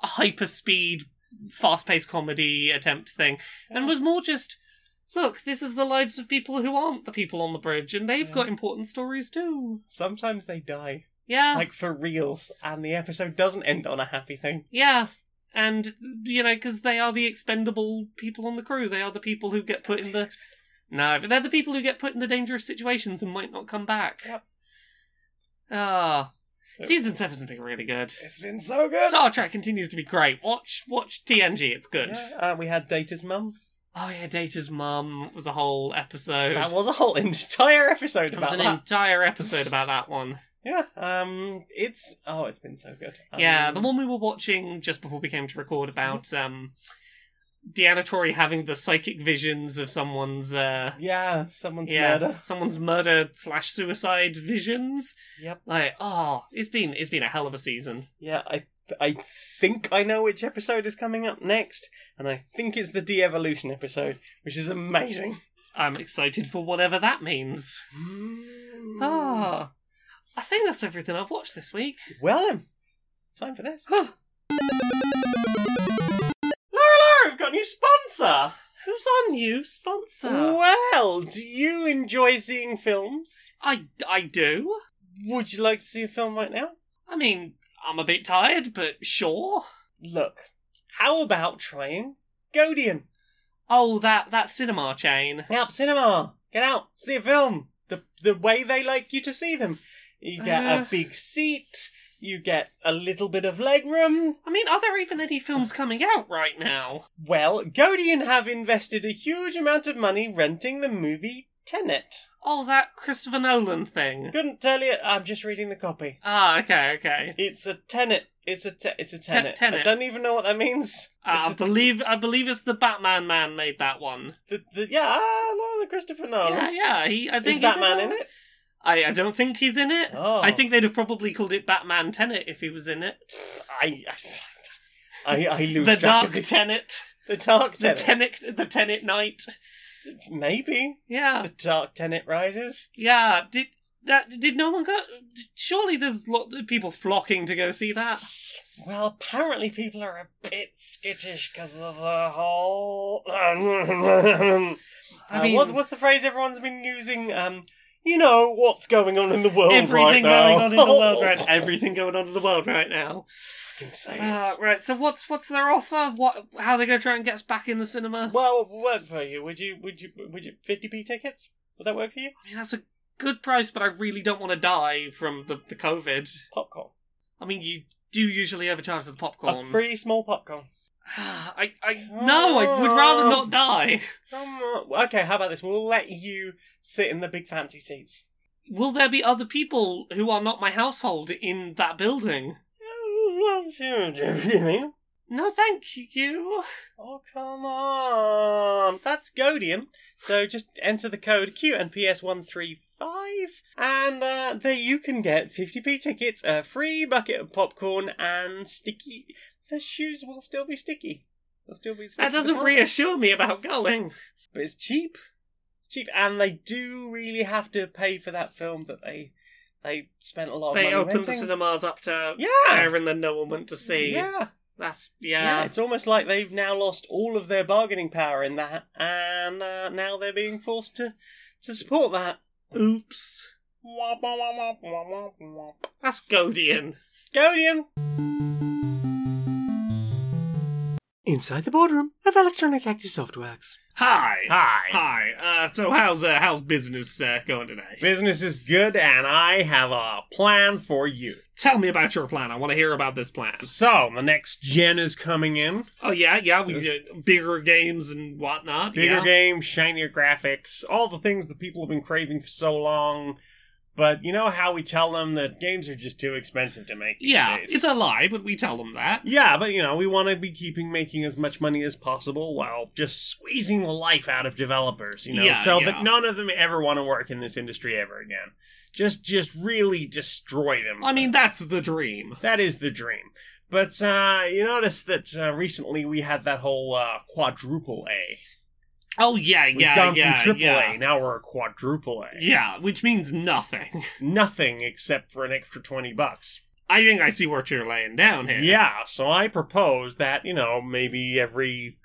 [SPEAKER 2] hyper speed, fast paced comedy attempt thing, and was more just, look, this is the lives of people who aren't the people on the bridge, and they've
[SPEAKER 1] Yeah.
[SPEAKER 2] got important stories too.
[SPEAKER 1] Sometimes they die,
[SPEAKER 2] Yeah,
[SPEAKER 1] like for reals, and the episode doesn't end on a happy thing.
[SPEAKER 2] yeah. And you know, because they are the expendable people on the crew. They are the people who get put in the no, but they're the people who get put in the dangerous situations and might not come back.
[SPEAKER 1] Yep.
[SPEAKER 2] Ah, Season seven's been really good.
[SPEAKER 1] It's been so good.
[SPEAKER 2] Star Trek continues to be great. Watch watch TNG. It's good.
[SPEAKER 1] Yeah, uh, we had Data's mum.
[SPEAKER 2] Oh yeah, Data's mum was a whole episode.
[SPEAKER 1] That was a whole <laughs> entire episode
[SPEAKER 2] It was
[SPEAKER 1] about
[SPEAKER 2] an
[SPEAKER 1] that.
[SPEAKER 2] entire episode about that one.
[SPEAKER 1] Yeah. Um. It's oh, it's been so good. Um,
[SPEAKER 2] yeah, the one we were watching just before we came to record about um, Deanna Torrey having the psychic visions of someone's uh,
[SPEAKER 1] Yeah, someone's
[SPEAKER 2] yeah,
[SPEAKER 1] murder.
[SPEAKER 2] someone's murder slash suicide visions.
[SPEAKER 1] Yep.
[SPEAKER 2] Like, oh, it's been it's been a hell of a season.
[SPEAKER 1] Yeah. I I think I know which episode is coming up next, and I think it's the de-evolution episode, which is amazing.
[SPEAKER 2] I'm excited for whatever that means.
[SPEAKER 1] Hmm.
[SPEAKER 2] Ah, I think that's everything I've watched
[SPEAKER 1] <gasps>
[SPEAKER 2] this week.
[SPEAKER 1] Well, then, time for this.
[SPEAKER 2] Huh.
[SPEAKER 1] Laura, Laura, we've got a new sponsor.
[SPEAKER 2] Who's our new sponsor?
[SPEAKER 1] Well, do you enjoy seeing films?
[SPEAKER 2] I I do.
[SPEAKER 1] Would you like to see a film right now?
[SPEAKER 2] I mean, I'm a bit tired, but sure.
[SPEAKER 1] Look, how about trying Godian?
[SPEAKER 2] Oh, that that cinema chain.
[SPEAKER 1] Out cinema. Get out. See a film. The the way they like you to see them. You get
[SPEAKER 2] Uh.
[SPEAKER 1] a big seat. You get a little bit of leg room.
[SPEAKER 2] I mean, are there even any films coming out right now?
[SPEAKER 1] Well, Godian have invested a huge amount of money renting the movie Tenet.
[SPEAKER 2] Oh, that Christopher Nolan thing.
[SPEAKER 1] Couldn't tell you. I'm just reading the copy.
[SPEAKER 2] Ah, okay, okay.
[SPEAKER 1] It's a Tenet. It's a te- it's a Tenet.
[SPEAKER 2] Tenet.
[SPEAKER 1] I don't even know what that means.
[SPEAKER 2] Ah, I
[SPEAKER 1] It's a t-
[SPEAKER 2] believe I believe it's the Batman man made that one.
[SPEAKER 1] the, the, yeah, ah, no, the Christopher Nolan.
[SPEAKER 2] Yeah, yeah. He, I think
[SPEAKER 1] Is
[SPEAKER 2] he did
[SPEAKER 1] Batman
[SPEAKER 2] that
[SPEAKER 1] in
[SPEAKER 2] one.
[SPEAKER 1] it?
[SPEAKER 2] I, I don't think he's in it.
[SPEAKER 1] Oh.
[SPEAKER 2] I think they'd have probably called it Batman Tenet if he was in it.
[SPEAKER 1] I I, I lose
[SPEAKER 2] the
[SPEAKER 1] track
[SPEAKER 2] Dark
[SPEAKER 1] of the-
[SPEAKER 2] Tenet,
[SPEAKER 1] The Dark
[SPEAKER 2] the
[SPEAKER 1] Tenet.
[SPEAKER 2] Tenet, the Tenet Knight.
[SPEAKER 1] Maybe.
[SPEAKER 2] Yeah,
[SPEAKER 1] The Dark Tenet rises.
[SPEAKER 2] yeah. Did that? Did no one go? Surely there's lot of people flocking to go see that.
[SPEAKER 1] Well, apparently people are a bit skittish because of the whole. <laughs> I
[SPEAKER 2] I mean,
[SPEAKER 1] Uh, what's, what's the phrase everyone's been using? Um, you know what's going on in the world right
[SPEAKER 2] everything
[SPEAKER 1] now. Oh,
[SPEAKER 2] going on in the
[SPEAKER 1] <laughs>
[SPEAKER 2] world right? Everything going on in the world right now.
[SPEAKER 1] Can say it.
[SPEAKER 2] Uh, right. So what's what's their offer? What? How are they going to try and get us back in the cinema?
[SPEAKER 1] Well, what would work for you? Would you? Would you? Would you? Fifty p tickets? Would that work for you?
[SPEAKER 2] I mean, that's a good price, but I really don't want to die from the the COVID.
[SPEAKER 1] Popcorn.
[SPEAKER 2] I mean, you do usually overcharge for the popcorn.
[SPEAKER 1] A free small popcorn.
[SPEAKER 2] <sighs> I, I no, I would rather not die.
[SPEAKER 1] Come on. Okay, how about this? We'll let you sit in the big fancy
[SPEAKER 2] <laughs>
[SPEAKER 1] seats.
[SPEAKER 2] Will there be other people who are not my household in that building?
[SPEAKER 1] Oh,
[SPEAKER 2] No, thank you.
[SPEAKER 1] come on. That's Godian. So just enter the code QNPS135, and uh, there you can get 50p tickets, a free bucket of popcorn, and sticky. The shoes will still be sticky. They'll still be sticky.
[SPEAKER 2] That doesn't reassure me about going.
[SPEAKER 1] But it's cheap. It's cheap, and they do really have to pay for that film that they they spent a lot of
[SPEAKER 2] They
[SPEAKER 1] money
[SPEAKER 2] opened the
[SPEAKER 1] renting.
[SPEAKER 2] cinemas up to
[SPEAKER 1] Yeah.
[SPEAKER 2] air and then no one went to see.
[SPEAKER 1] Yeah.
[SPEAKER 2] That's
[SPEAKER 1] Yeah,
[SPEAKER 2] yeah.
[SPEAKER 1] it's almost like they've now lost all of their bargaining power in that, and uh, now they're being forced to to support that.
[SPEAKER 2] Oops.
[SPEAKER 1] Womp, womp, womp, womp, womp, womp, womp.
[SPEAKER 2] That's Godian.
[SPEAKER 1] Godian!
[SPEAKER 4] Inside the boardroom of Electronic Active Softworks.
[SPEAKER 2] Hi.
[SPEAKER 4] Hi.
[SPEAKER 2] Hi. Uh, so how's uh, how's business uh, going today?
[SPEAKER 4] Business is good, and I have a plan for you.
[SPEAKER 2] Tell me about your plan. I want to hear about this plan.
[SPEAKER 4] So, the next gen is coming in.
[SPEAKER 2] Oh yeah, yeah. We
[SPEAKER 4] Yes.
[SPEAKER 2] uh, bigger games and whatnot.
[SPEAKER 4] Bigger
[SPEAKER 2] yeah.
[SPEAKER 4] games, shinier graphics, all the things that people have been craving for so long. But you know how we tell them that games are just too expensive to make these
[SPEAKER 2] Yeah,
[SPEAKER 4] days?
[SPEAKER 2] it's a lie, but we tell them that.
[SPEAKER 4] Yeah, but you know, we want to be keeping making as much money as possible while just squeezing the life out of developers, you know,
[SPEAKER 2] Yeah,
[SPEAKER 4] so
[SPEAKER 2] yeah.
[SPEAKER 4] that none of them ever want to work in this industry ever again. Just just really destroy them.
[SPEAKER 2] I mean, that's the dream.
[SPEAKER 4] that is the dream. But uh, you notice that uh, recently we had that whole uh, quadruple A.
[SPEAKER 2] Oh yeah,
[SPEAKER 4] We've
[SPEAKER 2] yeah,
[SPEAKER 4] gone
[SPEAKER 2] yeah,
[SPEAKER 4] from triple
[SPEAKER 2] yeah.
[SPEAKER 4] A, now we're a quadruple A.
[SPEAKER 2] Yeah, which means nothing.
[SPEAKER 4] Nothing except for an extra 20 bucks.
[SPEAKER 2] I think I see what you're laying down here.
[SPEAKER 4] Yeah, so I propose that, you know, maybe every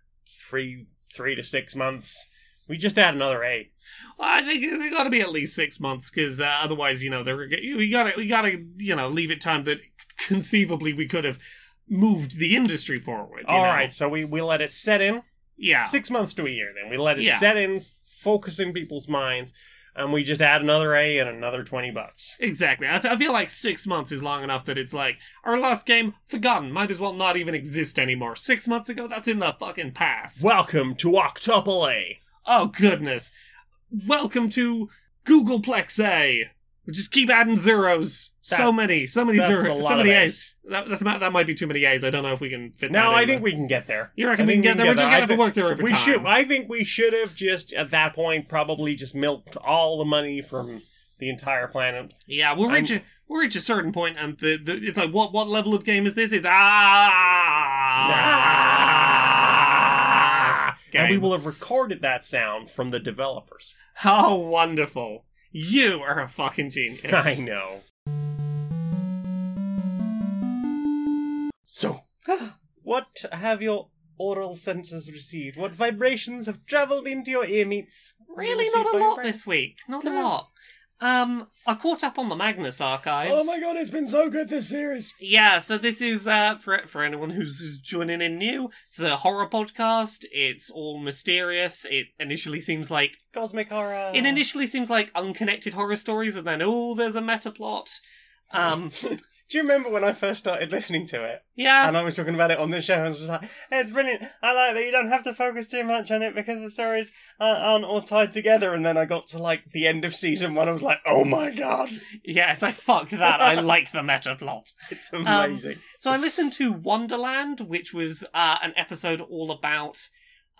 [SPEAKER 4] three three to six months we just add another eight.
[SPEAKER 2] Well, I think they got to be at least six months, because uh, otherwise, you know, they're we gotta we gotta you know leave it time that conceivably we could have moved the industry forward. you
[SPEAKER 4] All
[SPEAKER 2] know?
[SPEAKER 4] right, so we, we let it set in.
[SPEAKER 2] Yeah.
[SPEAKER 4] Six months to a year then. We let it
[SPEAKER 2] Yeah.
[SPEAKER 4] set in, focus in people's minds. and we just add another A and another 20 bucks.
[SPEAKER 2] Exactly. I, th- I feel like six months is long enough that it's like, our last game, forgotten, might as well not even exist anymore. Six months ago, that's in the fucking past.
[SPEAKER 4] Welcome to Octuple A.
[SPEAKER 2] Oh, goodness. Welcome to Googleplex A. We Just keep adding zeros. so
[SPEAKER 4] That-
[SPEAKER 2] many, so many
[SPEAKER 4] That's a
[SPEAKER 2] zeros,
[SPEAKER 4] lot
[SPEAKER 2] so
[SPEAKER 4] of
[SPEAKER 2] many
[SPEAKER 4] A's.
[SPEAKER 2] A's. That, that's, about- that might be too many A's. I don't know if we can fit that
[SPEAKER 4] No,
[SPEAKER 2] in,
[SPEAKER 4] I
[SPEAKER 2] but-
[SPEAKER 4] think we can get there.
[SPEAKER 2] You reckon
[SPEAKER 4] I
[SPEAKER 2] we can get
[SPEAKER 4] think
[SPEAKER 2] there? We're just
[SPEAKER 4] I
[SPEAKER 2] gonna have to
[SPEAKER 4] thi-
[SPEAKER 2] work there over
[SPEAKER 4] we
[SPEAKER 2] time.
[SPEAKER 4] Should, I think we should have just, at that point, probably just milked all the money from the entire planet.
[SPEAKER 2] Yeah, we'll reach
[SPEAKER 4] I'm-
[SPEAKER 2] a we'll reach a certain point, and the, the it's like what what level of game is this? It's ah.
[SPEAKER 4] <laughs> And we
[SPEAKER 2] game. <laughs>
[SPEAKER 4] will have recorded that sound from the developers. <laughs>
[SPEAKER 2] How Oh, wonderful! You are a fucking genius.
[SPEAKER 4] I know. <gasps> So,
[SPEAKER 1] What have your oral senses received? What vibrations have travelled into your ear meats?
[SPEAKER 2] Really,
[SPEAKER 1] Received
[SPEAKER 2] not a
[SPEAKER 1] by your
[SPEAKER 2] lot
[SPEAKER 1] brain?
[SPEAKER 2] this week. Not a
[SPEAKER 1] No.
[SPEAKER 2] lot. Um, I caught up on the Magnus archives.
[SPEAKER 5] Oh my god, it's been so good this series.
[SPEAKER 2] Yeah, so this is uh, for for anyone who's, who's joining in new. It's a horror podcast. It's all mysterious. It initially seems like
[SPEAKER 1] Cosmic horror.
[SPEAKER 2] It initially seems like unconnected horror stories, and then oh, there's a meta plot.
[SPEAKER 1] <laughs>
[SPEAKER 2] Um,
[SPEAKER 1] Do you remember when I first started listening to it?
[SPEAKER 2] yeah,
[SPEAKER 1] And I was talking about it on the show, and I was just like, "It's brilliant. I like that you don't have to focus too much on it because the stories aren't, aren't all tied together." And then I got to like the end of season one, I was like, "Oh my god,
[SPEAKER 2] yes, I fucked
[SPEAKER 1] <laughs>
[SPEAKER 2] that. I like the meta plot.
[SPEAKER 1] it's
[SPEAKER 2] Um,
[SPEAKER 1] amazing!"
[SPEAKER 2] So I listened to Wonderland, which was uh, an episode all about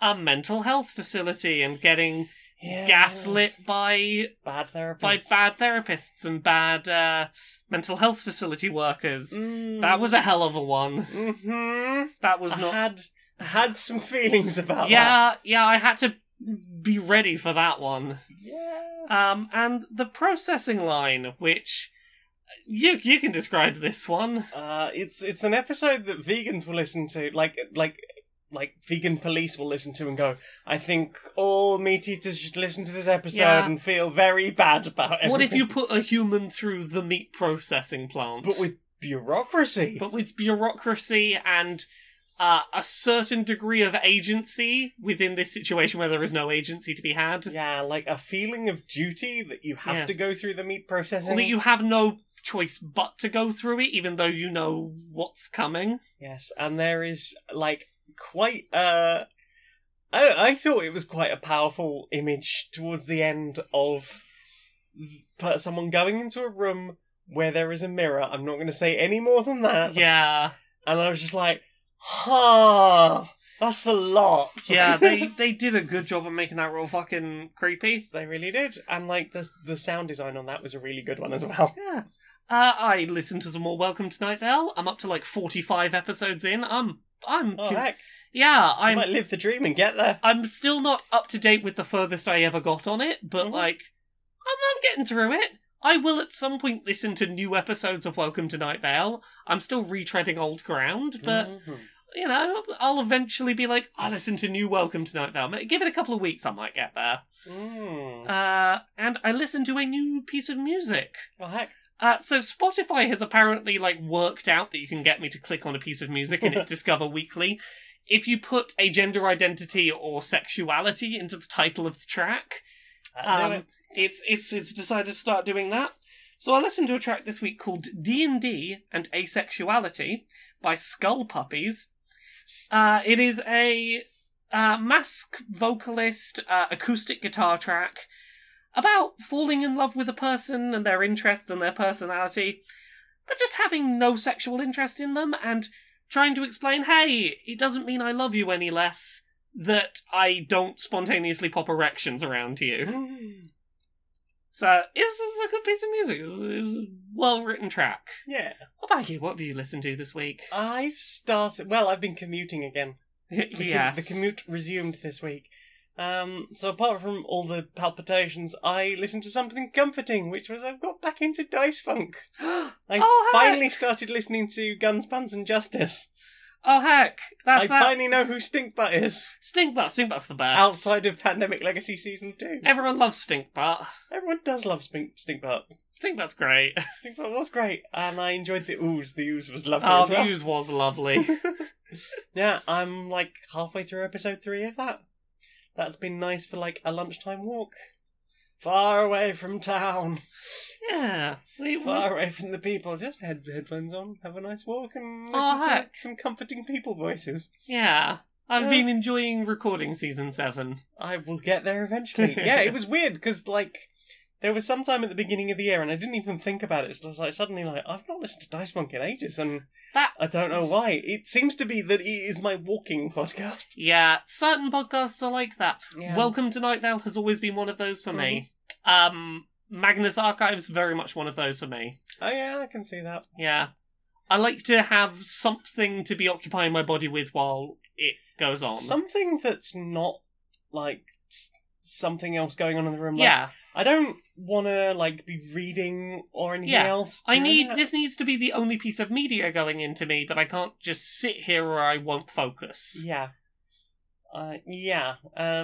[SPEAKER 2] a mental health facility and getting
[SPEAKER 1] Yeah.
[SPEAKER 2] gaslit by
[SPEAKER 1] bad therapist,
[SPEAKER 2] by bad therapists and bad uh, mental health facility workers. That was a hell of a one.
[SPEAKER 1] hmm
[SPEAKER 2] Mm. That was
[SPEAKER 1] Mm. I
[SPEAKER 2] not.
[SPEAKER 1] had had some feelings about that.
[SPEAKER 2] Yeah, yeah, I had to be ready for that one.
[SPEAKER 1] Yeah.
[SPEAKER 2] Um, and the processing line, which you you can describe this one.
[SPEAKER 1] Uh, it's it's an episode that vegans will listen to, like like like vegan police will listen to and go, I think all meat eaters should listen to this episode
[SPEAKER 2] Yeah.
[SPEAKER 1] and feel very bad about it.
[SPEAKER 2] What if you put a human through the meat processing
[SPEAKER 1] <laughs>
[SPEAKER 2] plant?
[SPEAKER 1] But with bureaucracy.
[SPEAKER 2] but with bureaucracy and uh, a certain degree of agency within this situation where there is no agency to be had.
[SPEAKER 1] yeah, like a feeling of duty that you have
[SPEAKER 2] Yes.
[SPEAKER 1] to go through the meat
[SPEAKER 2] Or
[SPEAKER 1] processing.
[SPEAKER 2] that you have no choice but to go through it, even though you know what's coming.
[SPEAKER 1] Yes, and there is like quite a. I I thought it was quite a powerful image towards the end of per- someone going into a room where there is a mirror. I'm not going to say any more than that.
[SPEAKER 2] Yeah.
[SPEAKER 1] And I was just like, ha, that's a lot.
[SPEAKER 2] Yeah, they, they did a good job of making that real fucking creepy.
[SPEAKER 1] <laughs> they really did. And like the the sound design on that was a really good one as well.
[SPEAKER 2] Yeah. Uh, I listened to some more Welcome to Night Vale. I'm up to like 45 episodes in. I'm, I'm,
[SPEAKER 1] <laughs> Oh,
[SPEAKER 2] con-
[SPEAKER 1] heck,
[SPEAKER 2] yeah,
[SPEAKER 1] I
[SPEAKER 2] I'm,
[SPEAKER 1] might live the dream and get there.
[SPEAKER 2] I'm still not up to date with the furthest I ever got on it, but
[SPEAKER 1] Mhm.
[SPEAKER 2] like, I'm, I'm getting through it. I will at some point listen to new episodes of Welcome to Night Vale. I'm still retreading old ground, but
[SPEAKER 1] Mhm.
[SPEAKER 2] you know, I'll eventually be like, I listen to new Welcome to Night Vale. Give it a couple of weeks, I might get there.
[SPEAKER 1] Mm.
[SPEAKER 2] Uh, and I listened to a new piece of music.
[SPEAKER 1] Well, Oh, heck,
[SPEAKER 2] Uh, so Spotify has apparently like worked out that you can get me to click on a piece of music and it's Discover Weekly. If you put a gender identity or sexuality into the title of the track,
[SPEAKER 1] I
[SPEAKER 2] um,
[SPEAKER 1] knew it.
[SPEAKER 2] it's it's it's decided to start doing that. So I listened to a track this week called D and D and Asexuality by Skull Puppies. Uh, it is a uh, mask vocalist uh, acoustic guitar track about falling in love with a person and their interests and their personality, but just having no sexual interest in them and trying to explain, hey, it doesn't mean I love you any less that I don't spontaneously pop erections around you. So this is a good piece of music. It was, it was a well-written track.
[SPEAKER 1] yeah.
[SPEAKER 2] What about you? What have you listened to this week? <laughs>
[SPEAKER 1] I've started. Well, I've been commuting again. The, com-
[SPEAKER 2] yes,
[SPEAKER 1] the commute resumed this week. Um, so apart from all the palpitations, I listened to something comforting, which was I've got back into Dice Funk. I
[SPEAKER 2] <gasps> Oh, heck.
[SPEAKER 1] finally started listening to Guns, Puns, and Justice.
[SPEAKER 2] Oh heck, that's
[SPEAKER 1] I
[SPEAKER 2] that.
[SPEAKER 1] finally know who Stinkbutt is
[SPEAKER 2] Stinkbutt, Stinkbutt's the best.
[SPEAKER 1] outside of Pandemic Legacy Season 2.
[SPEAKER 2] everyone loves Stinkbutt.
[SPEAKER 1] Everyone does love Stink- Stinkbutt.
[SPEAKER 2] Stinkbutt's great.
[SPEAKER 1] Stinkbutt was great, and I enjoyed the ooze. The ooze was lovely
[SPEAKER 2] Oh,
[SPEAKER 1] as
[SPEAKER 2] the
[SPEAKER 1] well.
[SPEAKER 2] news
[SPEAKER 1] <laughs>
[SPEAKER 2] was lovely.
[SPEAKER 1] Yeah, I'm like halfway through episode three of that. That's been nice for like a lunchtime walk. far away from
[SPEAKER 2] <laughs>
[SPEAKER 1] town,
[SPEAKER 2] Yeah. We, we,
[SPEAKER 1] far away from the people. Just head headphones on, have a nice walk, and listen
[SPEAKER 2] Oh,
[SPEAKER 1] to
[SPEAKER 2] heck.
[SPEAKER 1] some comforting people voices.
[SPEAKER 2] yeah. I've
[SPEAKER 1] Yeah.
[SPEAKER 2] been enjoying recording season seven.
[SPEAKER 1] I will get there
[SPEAKER 2] <laughs>
[SPEAKER 1] eventually. yeah, it was weird because like there was some time at the beginning of the year, and I didn't even think about it. So I was like suddenly like I've not listened to Dice Monk in ages, and
[SPEAKER 2] That-
[SPEAKER 1] I don't know why. It seems to be that it is my walking podcast.
[SPEAKER 2] Yeah, certain podcasts are like that.
[SPEAKER 1] Yeah. Mm-hmm.
[SPEAKER 2] Welcome to Night Vale has always been one of those for me. Um, Magnus Archives very much one of those for me.
[SPEAKER 1] Oh yeah, I can see that.
[SPEAKER 2] Yeah, I like to have something to be occupying my body with while it goes on.
[SPEAKER 1] Something that's not like s- something else going on in the room. Like,
[SPEAKER 2] yeah,
[SPEAKER 1] I don't want to like be reading or anything
[SPEAKER 2] Yeah.
[SPEAKER 1] else.
[SPEAKER 2] I
[SPEAKER 1] during
[SPEAKER 2] need
[SPEAKER 1] that.
[SPEAKER 2] this needs to be the only piece of media going into me, but I can't just sit here or I won't focus.
[SPEAKER 1] Yeah. Uh, yeah.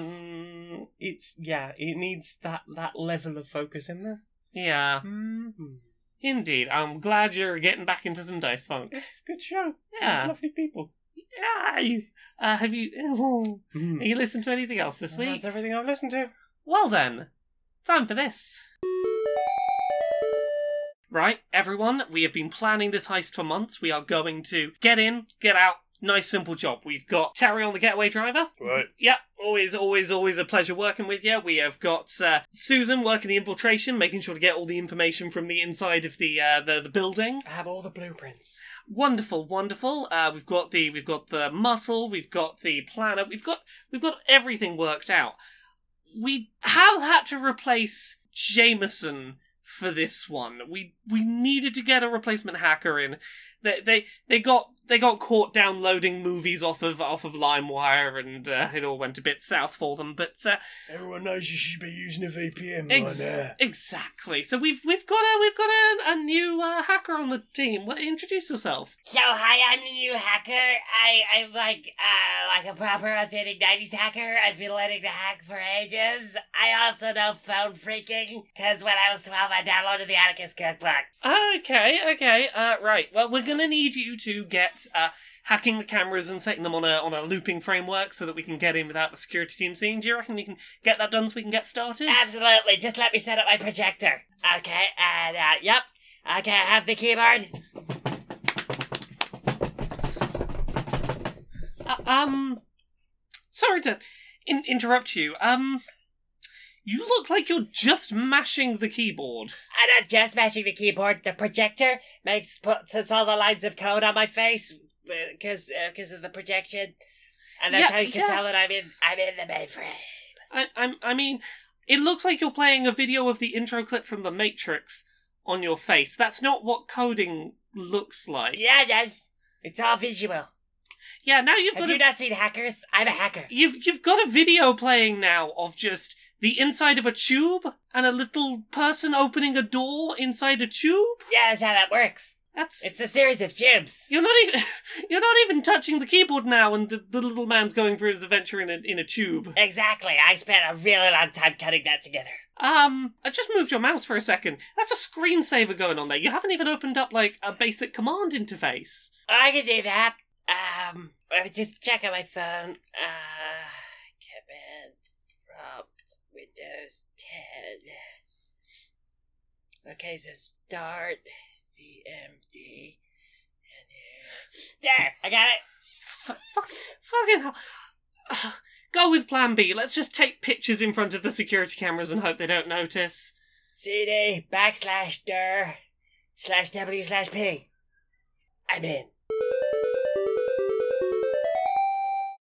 [SPEAKER 1] Um, it's yeah. It needs that that level of focus in there.
[SPEAKER 2] Yeah,
[SPEAKER 1] Mm-hmm.
[SPEAKER 2] indeed. I'm glad you're getting back into some dice funk.
[SPEAKER 1] It's a good show.
[SPEAKER 2] Yeah.
[SPEAKER 1] Lovely people.
[SPEAKER 2] Yay! Uh, have you? <laughs> Oh, have
[SPEAKER 1] Mm.
[SPEAKER 2] you listened to anything else this week?
[SPEAKER 1] That's everything I've listened to.
[SPEAKER 2] Well then, time for this. Right, everyone, we have been planning this heist for months. We are going to get in, get out. Nice simple job. We've got Terry on the getaway driver.
[SPEAKER 4] Right.
[SPEAKER 2] Yep, always, always, always a pleasure working with you. We have got uh, Susan working the infiltration, making sure to get all the information from the inside of the uh, the, the building.
[SPEAKER 1] I have all the blueprints.
[SPEAKER 2] Wonderful, wonderful. Uh, we've got the we've got the muscle, we've got the planner, we've got we've got everything worked out. We have had to replace Jameson for this one. We we needed to get a replacement hacker in. They they they got they got caught downloading movies off of off of LimeWire, and uh, it all went a bit south for them. But uh,
[SPEAKER 5] Everyone knows you should be using a VPN
[SPEAKER 1] Oh,
[SPEAKER 2] Ex-
[SPEAKER 5] by now.
[SPEAKER 2] exactly. So we've we've got a we've got a, a new uh, hacker on the team. Well, introduce yourself.
[SPEAKER 6] So hi, I'm the new hacker. I I'm like uh like a proper authentic '90s hacker. I've been learning to hack for ages. I also know phone freaking because when I was 12, I downloaded the Atticus cookbook.
[SPEAKER 2] Okay, okay, uh, right. Well, we're gonna need you to get uh, hacking the cameras and setting them on a on a looping framework so that we can get in without the security team seeing. Do you reckon you can get that done so we can get started?
[SPEAKER 6] Absolutely. Just let me set up my projector. Okay. And uh, yep. Okay, I have the keyboard.
[SPEAKER 2] Uh, um, sorry to in- interrupt you. Um, you look like you're just mashing the keyboard.
[SPEAKER 6] I'm not just mashing the keyboard. The projector makes puts all the lines of code on my face uh, because because of the projection, and that's
[SPEAKER 2] Yeah,
[SPEAKER 6] how you can
[SPEAKER 2] yeah.
[SPEAKER 6] tell that I'm in I'm in the mainframe.
[SPEAKER 2] I, I, I mean, it looks like you're playing a video of the intro clip from The Matrix on your face. That's not what coding looks like.
[SPEAKER 6] Yeah, that's it's all visual.
[SPEAKER 2] Yeah, now you've got
[SPEAKER 6] Have
[SPEAKER 2] a
[SPEAKER 6] you not seen hackers? I'm a hacker.
[SPEAKER 2] You've you've got a video playing now of just the inside of a tube and a little person opening a door inside a tube.
[SPEAKER 6] Yeah, that's how that works.
[SPEAKER 2] That's
[SPEAKER 6] It's a series of tubes.
[SPEAKER 2] you're not even <laughs> you're not even touching the keyboard now, and the, the little man's going through his adventure in a in a tube.
[SPEAKER 6] Exactly. I spent a really long time cutting that together.
[SPEAKER 2] Um, I just moved your mouse for a second. That's a screensaver going on there. You haven't even opened up like a basic command interface.
[SPEAKER 6] I can do that. Um, let me just check on my phone. Uh, command prompt Windows 10. Okay, so start CMD. and then- There, I got it.
[SPEAKER 2] F- fuck, fucking hell. <sighs> Ugh. Go with Plan B. Let's just take pictures in front of the security cameras and hope they don't notice.
[SPEAKER 6] CD backslash dir slash W slash P. I'm in.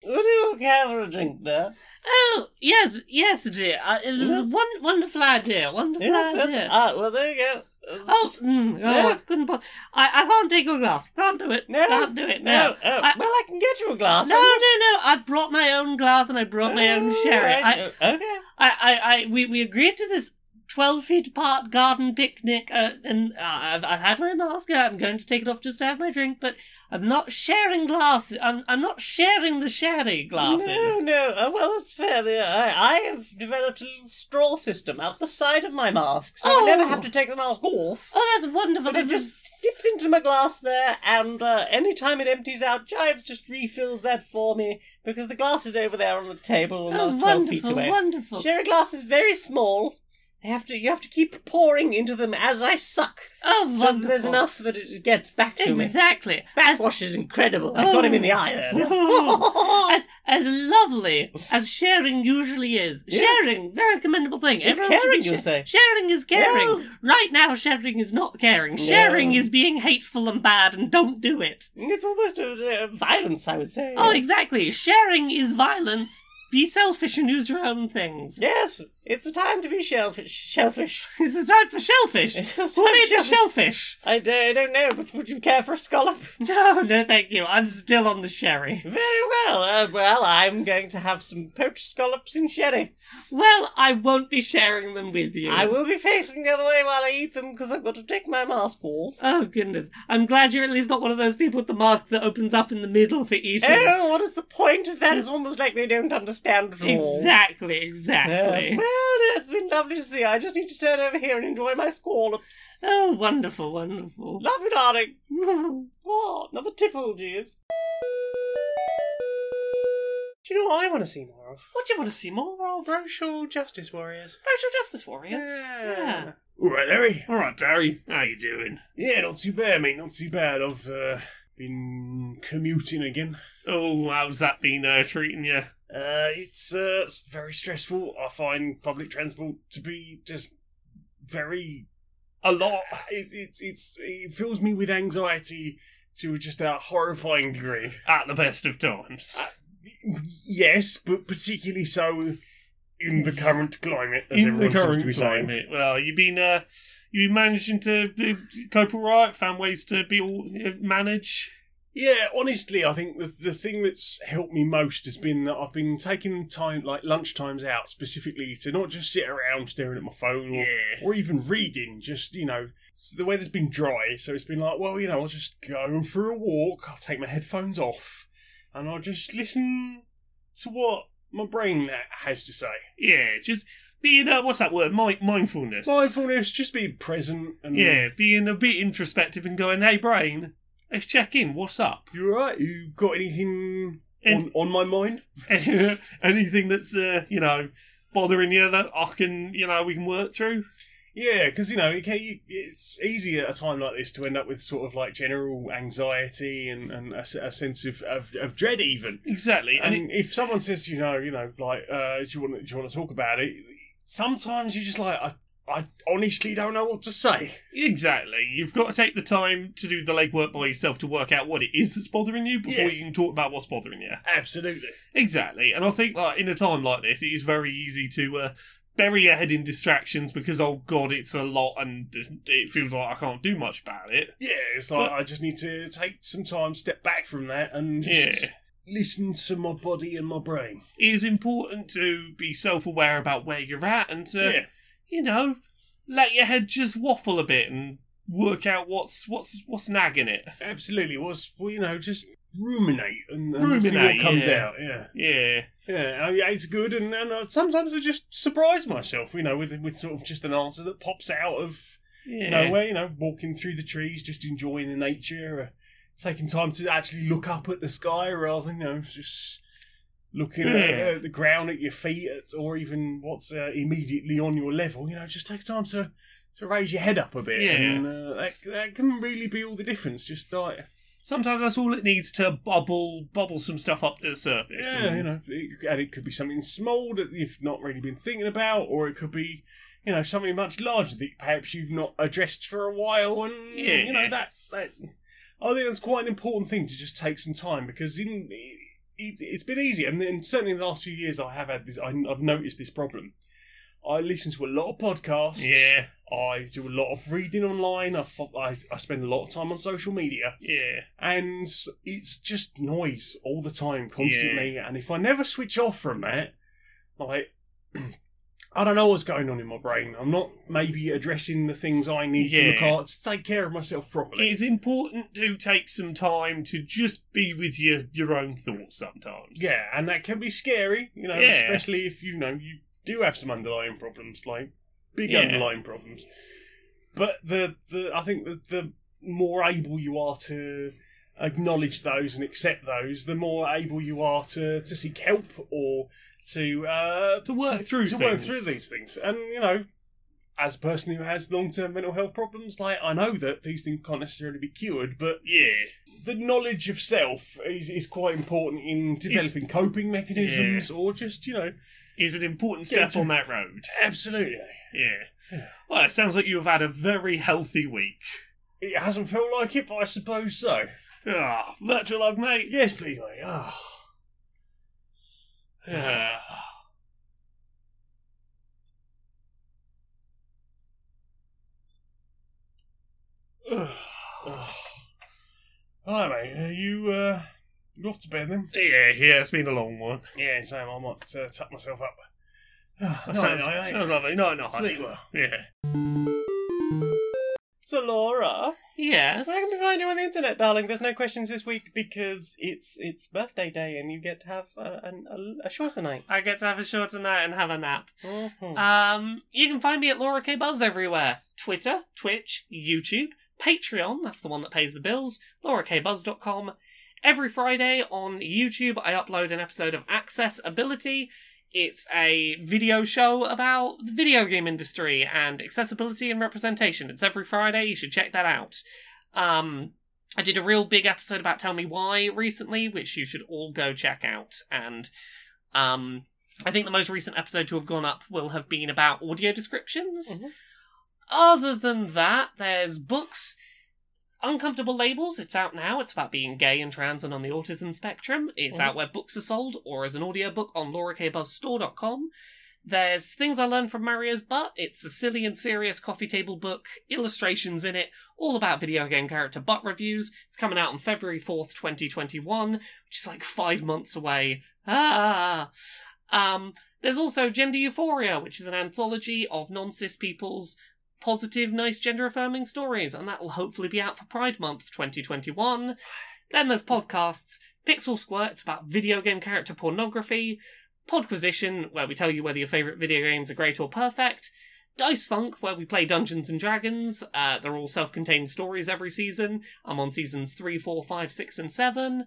[SPEAKER 1] Would you care for a drink there?
[SPEAKER 2] Oh yes, yes, dear. Uh, it was
[SPEAKER 1] Yes.
[SPEAKER 2] one wonderful idea, wonderful
[SPEAKER 1] Yes, yes.
[SPEAKER 2] idea.
[SPEAKER 1] Ah, well, there you go. It's-
[SPEAKER 2] oh, mm, oh,
[SPEAKER 1] Yeah.
[SPEAKER 2] I couldn't. po- I, I can't take a glass. Can't do it.
[SPEAKER 1] No.
[SPEAKER 2] can't do it. No.
[SPEAKER 1] no, oh,
[SPEAKER 2] I-
[SPEAKER 1] well, I can get you a glass.
[SPEAKER 2] No, no,
[SPEAKER 1] I'm not-
[SPEAKER 2] no! I brought my own glass and I brought my own
[SPEAKER 1] Oh,
[SPEAKER 2] sherry.
[SPEAKER 1] right.
[SPEAKER 2] I,
[SPEAKER 1] Oh, okay.
[SPEAKER 2] I, I, I, we, we agreed to this twelve feet apart garden picnic, uh, and uh, I've, I've had my mask. I'm going to take it off just to have my drink, but I'm not sharing glasses. I'm, I'm not sharing the sherry glasses.
[SPEAKER 1] No, no. Oh, well, that's fair. The- I, I have developed a little straw system out the side of my mask, so
[SPEAKER 2] Oh.
[SPEAKER 1] I never have to take the mask off.
[SPEAKER 2] Oh, that's wonderful.
[SPEAKER 1] But it
[SPEAKER 2] That's
[SPEAKER 1] just dips into my glass there, and uh, any time it empties out, Jives just refills that for me because the glass is over there on the table and
[SPEAKER 2] Oh,
[SPEAKER 1] I'm 12 feet
[SPEAKER 2] wonderful,
[SPEAKER 1] away.
[SPEAKER 2] wonderful.
[SPEAKER 1] Sherry glass is very small,
[SPEAKER 2] They have to. You have to keep pouring into them as I suck.
[SPEAKER 4] Oh,
[SPEAKER 2] So that
[SPEAKER 4] wonderful.
[SPEAKER 2] there's enough that it gets back to me.
[SPEAKER 4] Exactly.
[SPEAKER 2] <laughs>
[SPEAKER 4] As,
[SPEAKER 2] Backwash is incredible. I got him in the eye
[SPEAKER 4] <laughs> Oh.
[SPEAKER 2] there. <laughs>
[SPEAKER 4] as as lovely as sharing usually is.
[SPEAKER 2] Yes.
[SPEAKER 4] Sharing, very commendable thing.
[SPEAKER 2] It's
[SPEAKER 4] Everyone should be
[SPEAKER 2] caring, you
[SPEAKER 4] sha-
[SPEAKER 2] say.
[SPEAKER 4] Sharing is caring.
[SPEAKER 2] Yes.
[SPEAKER 4] Right now, sharing is not caring. Sharing
[SPEAKER 2] No.
[SPEAKER 4] is being hateful and bad, and don't do it.
[SPEAKER 2] It's almost a, a violence, I would say.
[SPEAKER 4] Oh, exactly. Sharing is violence. Be selfish and use your own things.
[SPEAKER 2] yes, it's a time to be shellfish.
[SPEAKER 4] <laughs>
[SPEAKER 2] Shellfish.
[SPEAKER 4] It's a time
[SPEAKER 2] <laughs>
[SPEAKER 4] for shellfish.
[SPEAKER 2] It's a time
[SPEAKER 4] Who made the
[SPEAKER 2] shellfish.
[SPEAKER 4] shellfish? <laughs>
[SPEAKER 2] I, d- I don't know, but would you care for a scallop?
[SPEAKER 4] No, no, thank you. I'm still on the sherry.
[SPEAKER 2] Very well. Uh, well, I'm going to have some poached scallops in sherry.
[SPEAKER 4] Well, I won't be sharing them with you.
[SPEAKER 2] I will be facing the other way while I eat them because I've got to take my mask
[SPEAKER 4] <laughs>
[SPEAKER 2] off.
[SPEAKER 4] Oh goodness! I'm glad you're at least not one of those people with the mask that opens up in the middle for eating.
[SPEAKER 2] Oh, what is the point of that? It's almost like they don't understand at all.
[SPEAKER 4] exactly,
[SPEAKER 2] Yes.
[SPEAKER 4] exactly.
[SPEAKER 2] Well, it's been lovely to see you. I just need to turn over here and enjoy my scallops.
[SPEAKER 4] Oh, wonderful, wonderful.
[SPEAKER 2] Love you, darling. <laughs> Oh, another tickle, Jeeves. Do you know what I want to see more of?
[SPEAKER 4] What do you want to see more of?
[SPEAKER 2] Social justice warriors.
[SPEAKER 4] Racial justice warriors. Yeah.
[SPEAKER 1] All right, Larry.
[SPEAKER 4] All right, Barry. How you doing?
[SPEAKER 1] Yeah, not too bad, mate. Not too bad. I've uh, been commuting again.
[SPEAKER 4] Oh, how's that been uh, treating you?
[SPEAKER 1] Uh, it's uh, s- very stressful. I find public transport to be just very a lot. It, it's it's it fills me with anxiety to just a horrifying degree.
[SPEAKER 4] At the best of times.
[SPEAKER 1] Yes, but particularly so in the current climate, as
[SPEAKER 4] In the
[SPEAKER 1] everyone seems
[SPEAKER 4] current
[SPEAKER 1] to be saying.
[SPEAKER 4] climate. Well, you've been uh, you've been managing to uh, cope all right. Found ways to be all uh, manage.
[SPEAKER 1] Yeah, honestly, I think the, the thing that's helped me most has been that I've been taking time, like lunch times out specifically, to not just sit around staring at my phone or, or even reading. Just, you know, s- the weather's been dry, so it's been like, well, you know, I'll just go for a walk, I'll take my headphones off, and I'll just listen to what my brain ha- has to say.
[SPEAKER 4] Yeah, just being uh, what's that word? Mi- mindfulness.
[SPEAKER 1] Mindfulness, just be present and.
[SPEAKER 4] Yeah, being a bit introspective and going, "Hey, brain, let's check in. What's up?
[SPEAKER 1] You alright? You got anything
[SPEAKER 4] And-
[SPEAKER 1] on, on my mind?
[SPEAKER 4] <laughs> Anything that's uh, you know bothering you that I can, you know, we can work through."
[SPEAKER 1] Yeah, because you know it can, it's easy at a time like this to end up with sort of like general anxiety and, and a, s- a sense of, of, of dread even.
[SPEAKER 4] Exactly, and,
[SPEAKER 1] And if someone says to you know you know like uh, do you want do you want to talk about it? Sometimes you're just like I I honestly don't know what to say.
[SPEAKER 4] it, exactly, you've got to take the time to do the legwork by yourself to work out what it is that's bothering you before
[SPEAKER 1] Yeah.
[SPEAKER 4] you can talk about what's bothering you.
[SPEAKER 1] Absolutely.
[SPEAKER 4] Exactly, and I think like in a time like this, it is very easy to uh, bury your head in distractions because oh god, it's a lot, and there's- it feels like I can't do much about it.
[SPEAKER 1] Yeah, it's like
[SPEAKER 4] But-
[SPEAKER 1] I just need to take some time, step back from that, and just
[SPEAKER 4] Yeah.
[SPEAKER 1] listen to my body and my brain.
[SPEAKER 4] it is important to be self-aware about where you're at and to
[SPEAKER 1] yeah.
[SPEAKER 4] you know let your head just waffle a bit and work out what's what's what's nagging it
[SPEAKER 1] Absolutely. Was well, you know, just ruminate and, and see
[SPEAKER 4] Ruminate,
[SPEAKER 1] what comes
[SPEAKER 4] yeah.
[SPEAKER 1] out. Yeah,
[SPEAKER 4] yeah
[SPEAKER 1] yeah. I mean, it's good, and, and uh, sometimes I just surprise myself, you know, with with sort of just an answer that pops out of
[SPEAKER 4] yeah
[SPEAKER 1] nowhere. You know, walking through the trees, just enjoying the nature, uh, taking time to actually look up at the sky rather than you know just looking
[SPEAKER 4] Yeah.
[SPEAKER 1] at uh, the ground at your feet, at, or even what's uh, immediately on your level. You know, just take time to. To raise your head up a bit,
[SPEAKER 4] Yeah.
[SPEAKER 1] and uh, that, that can really be all the difference. Just like
[SPEAKER 4] sometimes that's all it needs to bubble bubble some stuff up to the surface
[SPEAKER 1] Yeah,
[SPEAKER 4] and-
[SPEAKER 1] you know, it, and it could be something small that you've not really been thinking about, or it could be, you know, something much larger that perhaps you've not addressed for a while, and you know
[SPEAKER 4] Yeah.
[SPEAKER 1] that that. I think that's quite an important thing to just take some time because in it, it's been easy, and, and certainly in the last few years I have had this. I, I've noticed this problem. I listen to a lot of podcasts.
[SPEAKER 4] yeah
[SPEAKER 1] I do a lot of reading online. I, fo- I, I spend a lot of time on social media
[SPEAKER 4] yeah
[SPEAKER 1] and it's just noise all the time, constantly. And if I never switch off from that, like <clears throat> I don't know what's going on in my brain. I'm not maybe addressing the things I need to look
[SPEAKER 4] Yeah.
[SPEAKER 1] at to take care of myself properly.
[SPEAKER 4] it's important to take some time to just be with your your own thoughts sometimes
[SPEAKER 1] yeah, and that can be scary, you know,
[SPEAKER 4] Yeah.
[SPEAKER 1] especially if you know you do have some underlying problems, like big
[SPEAKER 4] Yeah.
[SPEAKER 1] underlying problems. But the the I think that the more able you are to acknowledge those and accept those, the more able you are to, to seek help or to uh,
[SPEAKER 4] To work through
[SPEAKER 1] to work
[SPEAKER 4] things.
[SPEAKER 1] through these things. And you know, as a person who has long term mental health problems, like I know that these things can't necessarily be cured, but
[SPEAKER 2] Yeah.
[SPEAKER 1] the knowledge of self is, is quite important in developing coping mechanisms or just, you know,
[SPEAKER 2] Is an important step on that road.
[SPEAKER 1] absolutely.
[SPEAKER 2] Yeah. Well, it sounds like you've had a very healthy week.
[SPEAKER 1] It hasn't felt like it, but I suppose so.
[SPEAKER 2] Ah, virtual log, mate.
[SPEAKER 1] Yes, please, mate. Ah.
[SPEAKER 2] Ah.
[SPEAKER 1] Oh. All right, mate. Are you uh, you off to bed then?
[SPEAKER 2] Yeah, yeah, it's been a long one.
[SPEAKER 1] Yeah, Sam. I might uh, tuck myself up.
[SPEAKER 2] That
[SPEAKER 1] no,
[SPEAKER 2] sounds,
[SPEAKER 1] no, I ain't.
[SPEAKER 2] sounds lovely. No, no, I-
[SPEAKER 1] Sleep well.
[SPEAKER 2] Yeah.
[SPEAKER 7] So, Laura,
[SPEAKER 2] Yes.
[SPEAKER 7] where can we find you on the internet, darling? There's no questions this week because it's it's birthday day and you get to have a, an, a, a shorter night.
[SPEAKER 2] I get to have a shorter night and have a nap.
[SPEAKER 7] Mhm.
[SPEAKER 2] Um, you can find me at Laura K Buzz everywhere: Twitter, Twitch, YouTube, Patreon. That's the one that pays the bills. LauraKBuzz.com. Every Friday on YouTube, I upload an episode of Accessibility. It's a video show about the video game industry and accessibility and representation. It's every Friday. You should check that out. Um, I did a real big episode about Tell Me Why recently, which you should all go check out. And um, I think the most recent episode to have gone up will have been about audio descriptions.
[SPEAKER 7] Mhm.
[SPEAKER 2] Other than that, there's books. Uncomfortable Labels, it's out now. It's about being gay and trans and on the autism spectrum. It's
[SPEAKER 7] Mhm.
[SPEAKER 2] out where books are sold or as an audiobook on laurakbuzzstore.com. There's Things I Learned from Mario's Butt. It's a silly and serious coffee table book, illustrations in it, all about video game character butt reviews. It's coming out on February 4th, 2021, which is like five months away. Ah! Um, there's also Gender Euphoria, which is an anthology of non cis people's positive, nice, gender affirming stories, and that will hopefully be out for Pride Month 2021. Then there's podcasts Pixel Squirt, it's about video game character pornography, Podquisition, where we tell you whether your favourite video games are great or perfect. Dice Funk, where we play Dungeons and Dragons. Uh, they're all self contained stories every season. I'm on seasons 3, 4, 5, 6, and 7.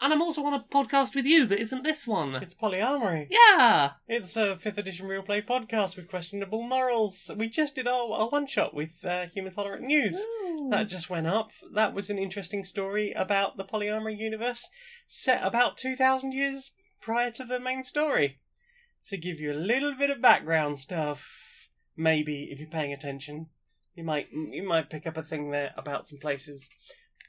[SPEAKER 2] And I'm also on a podcast with you that isn't this one.
[SPEAKER 7] It's polyamory.
[SPEAKER 2] Yeah!
[SPEAKER 7] It's a fifth edition real play podcast with questionable morals. We just did our, our one shot with uh, Human Tolerant News. That just went up. That was an interesting story about the polyamory universe set about 2,000 years prior to the main story. To give you a little bit of background stuff, maybe if you're paying attention, you might you might pick up a thing there about some places.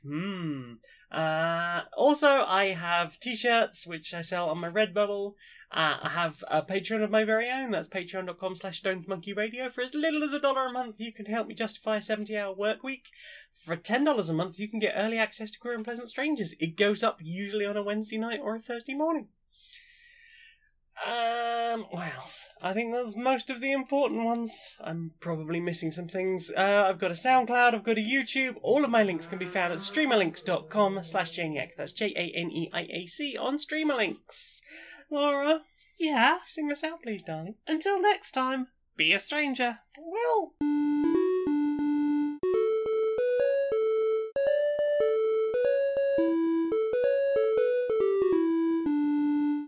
[SPEAKER 7] Hmm. Uh, also, I have t-shirts which I sell on my Redbubble. Uh, I have a Patreon of my very own. That's patreon.com slash radio. For as little as a dollar a month, you can help me justify a 70-hour work week. For $10 a month, you can get early access to Queer and Pleasant Strangers. It goes up usually on a Wednesday night or a Thursday morning. Um, what else? I think that's most of the important ones. I'm probably missing some things. Uh, I've got a SoundCloud, I've got a YouTube. All of my links can be found at streamerlinks.com slash Janiac. That's E J-A-N-E-I-A-C on Streamerlinks. Laura,
[SPEAKER 2] Yeah.
[SPEAKER 7] sing us out, please, darling.
[SPEAKER 2] Until next time, be a stranger.
[SPEAKER 7] Well.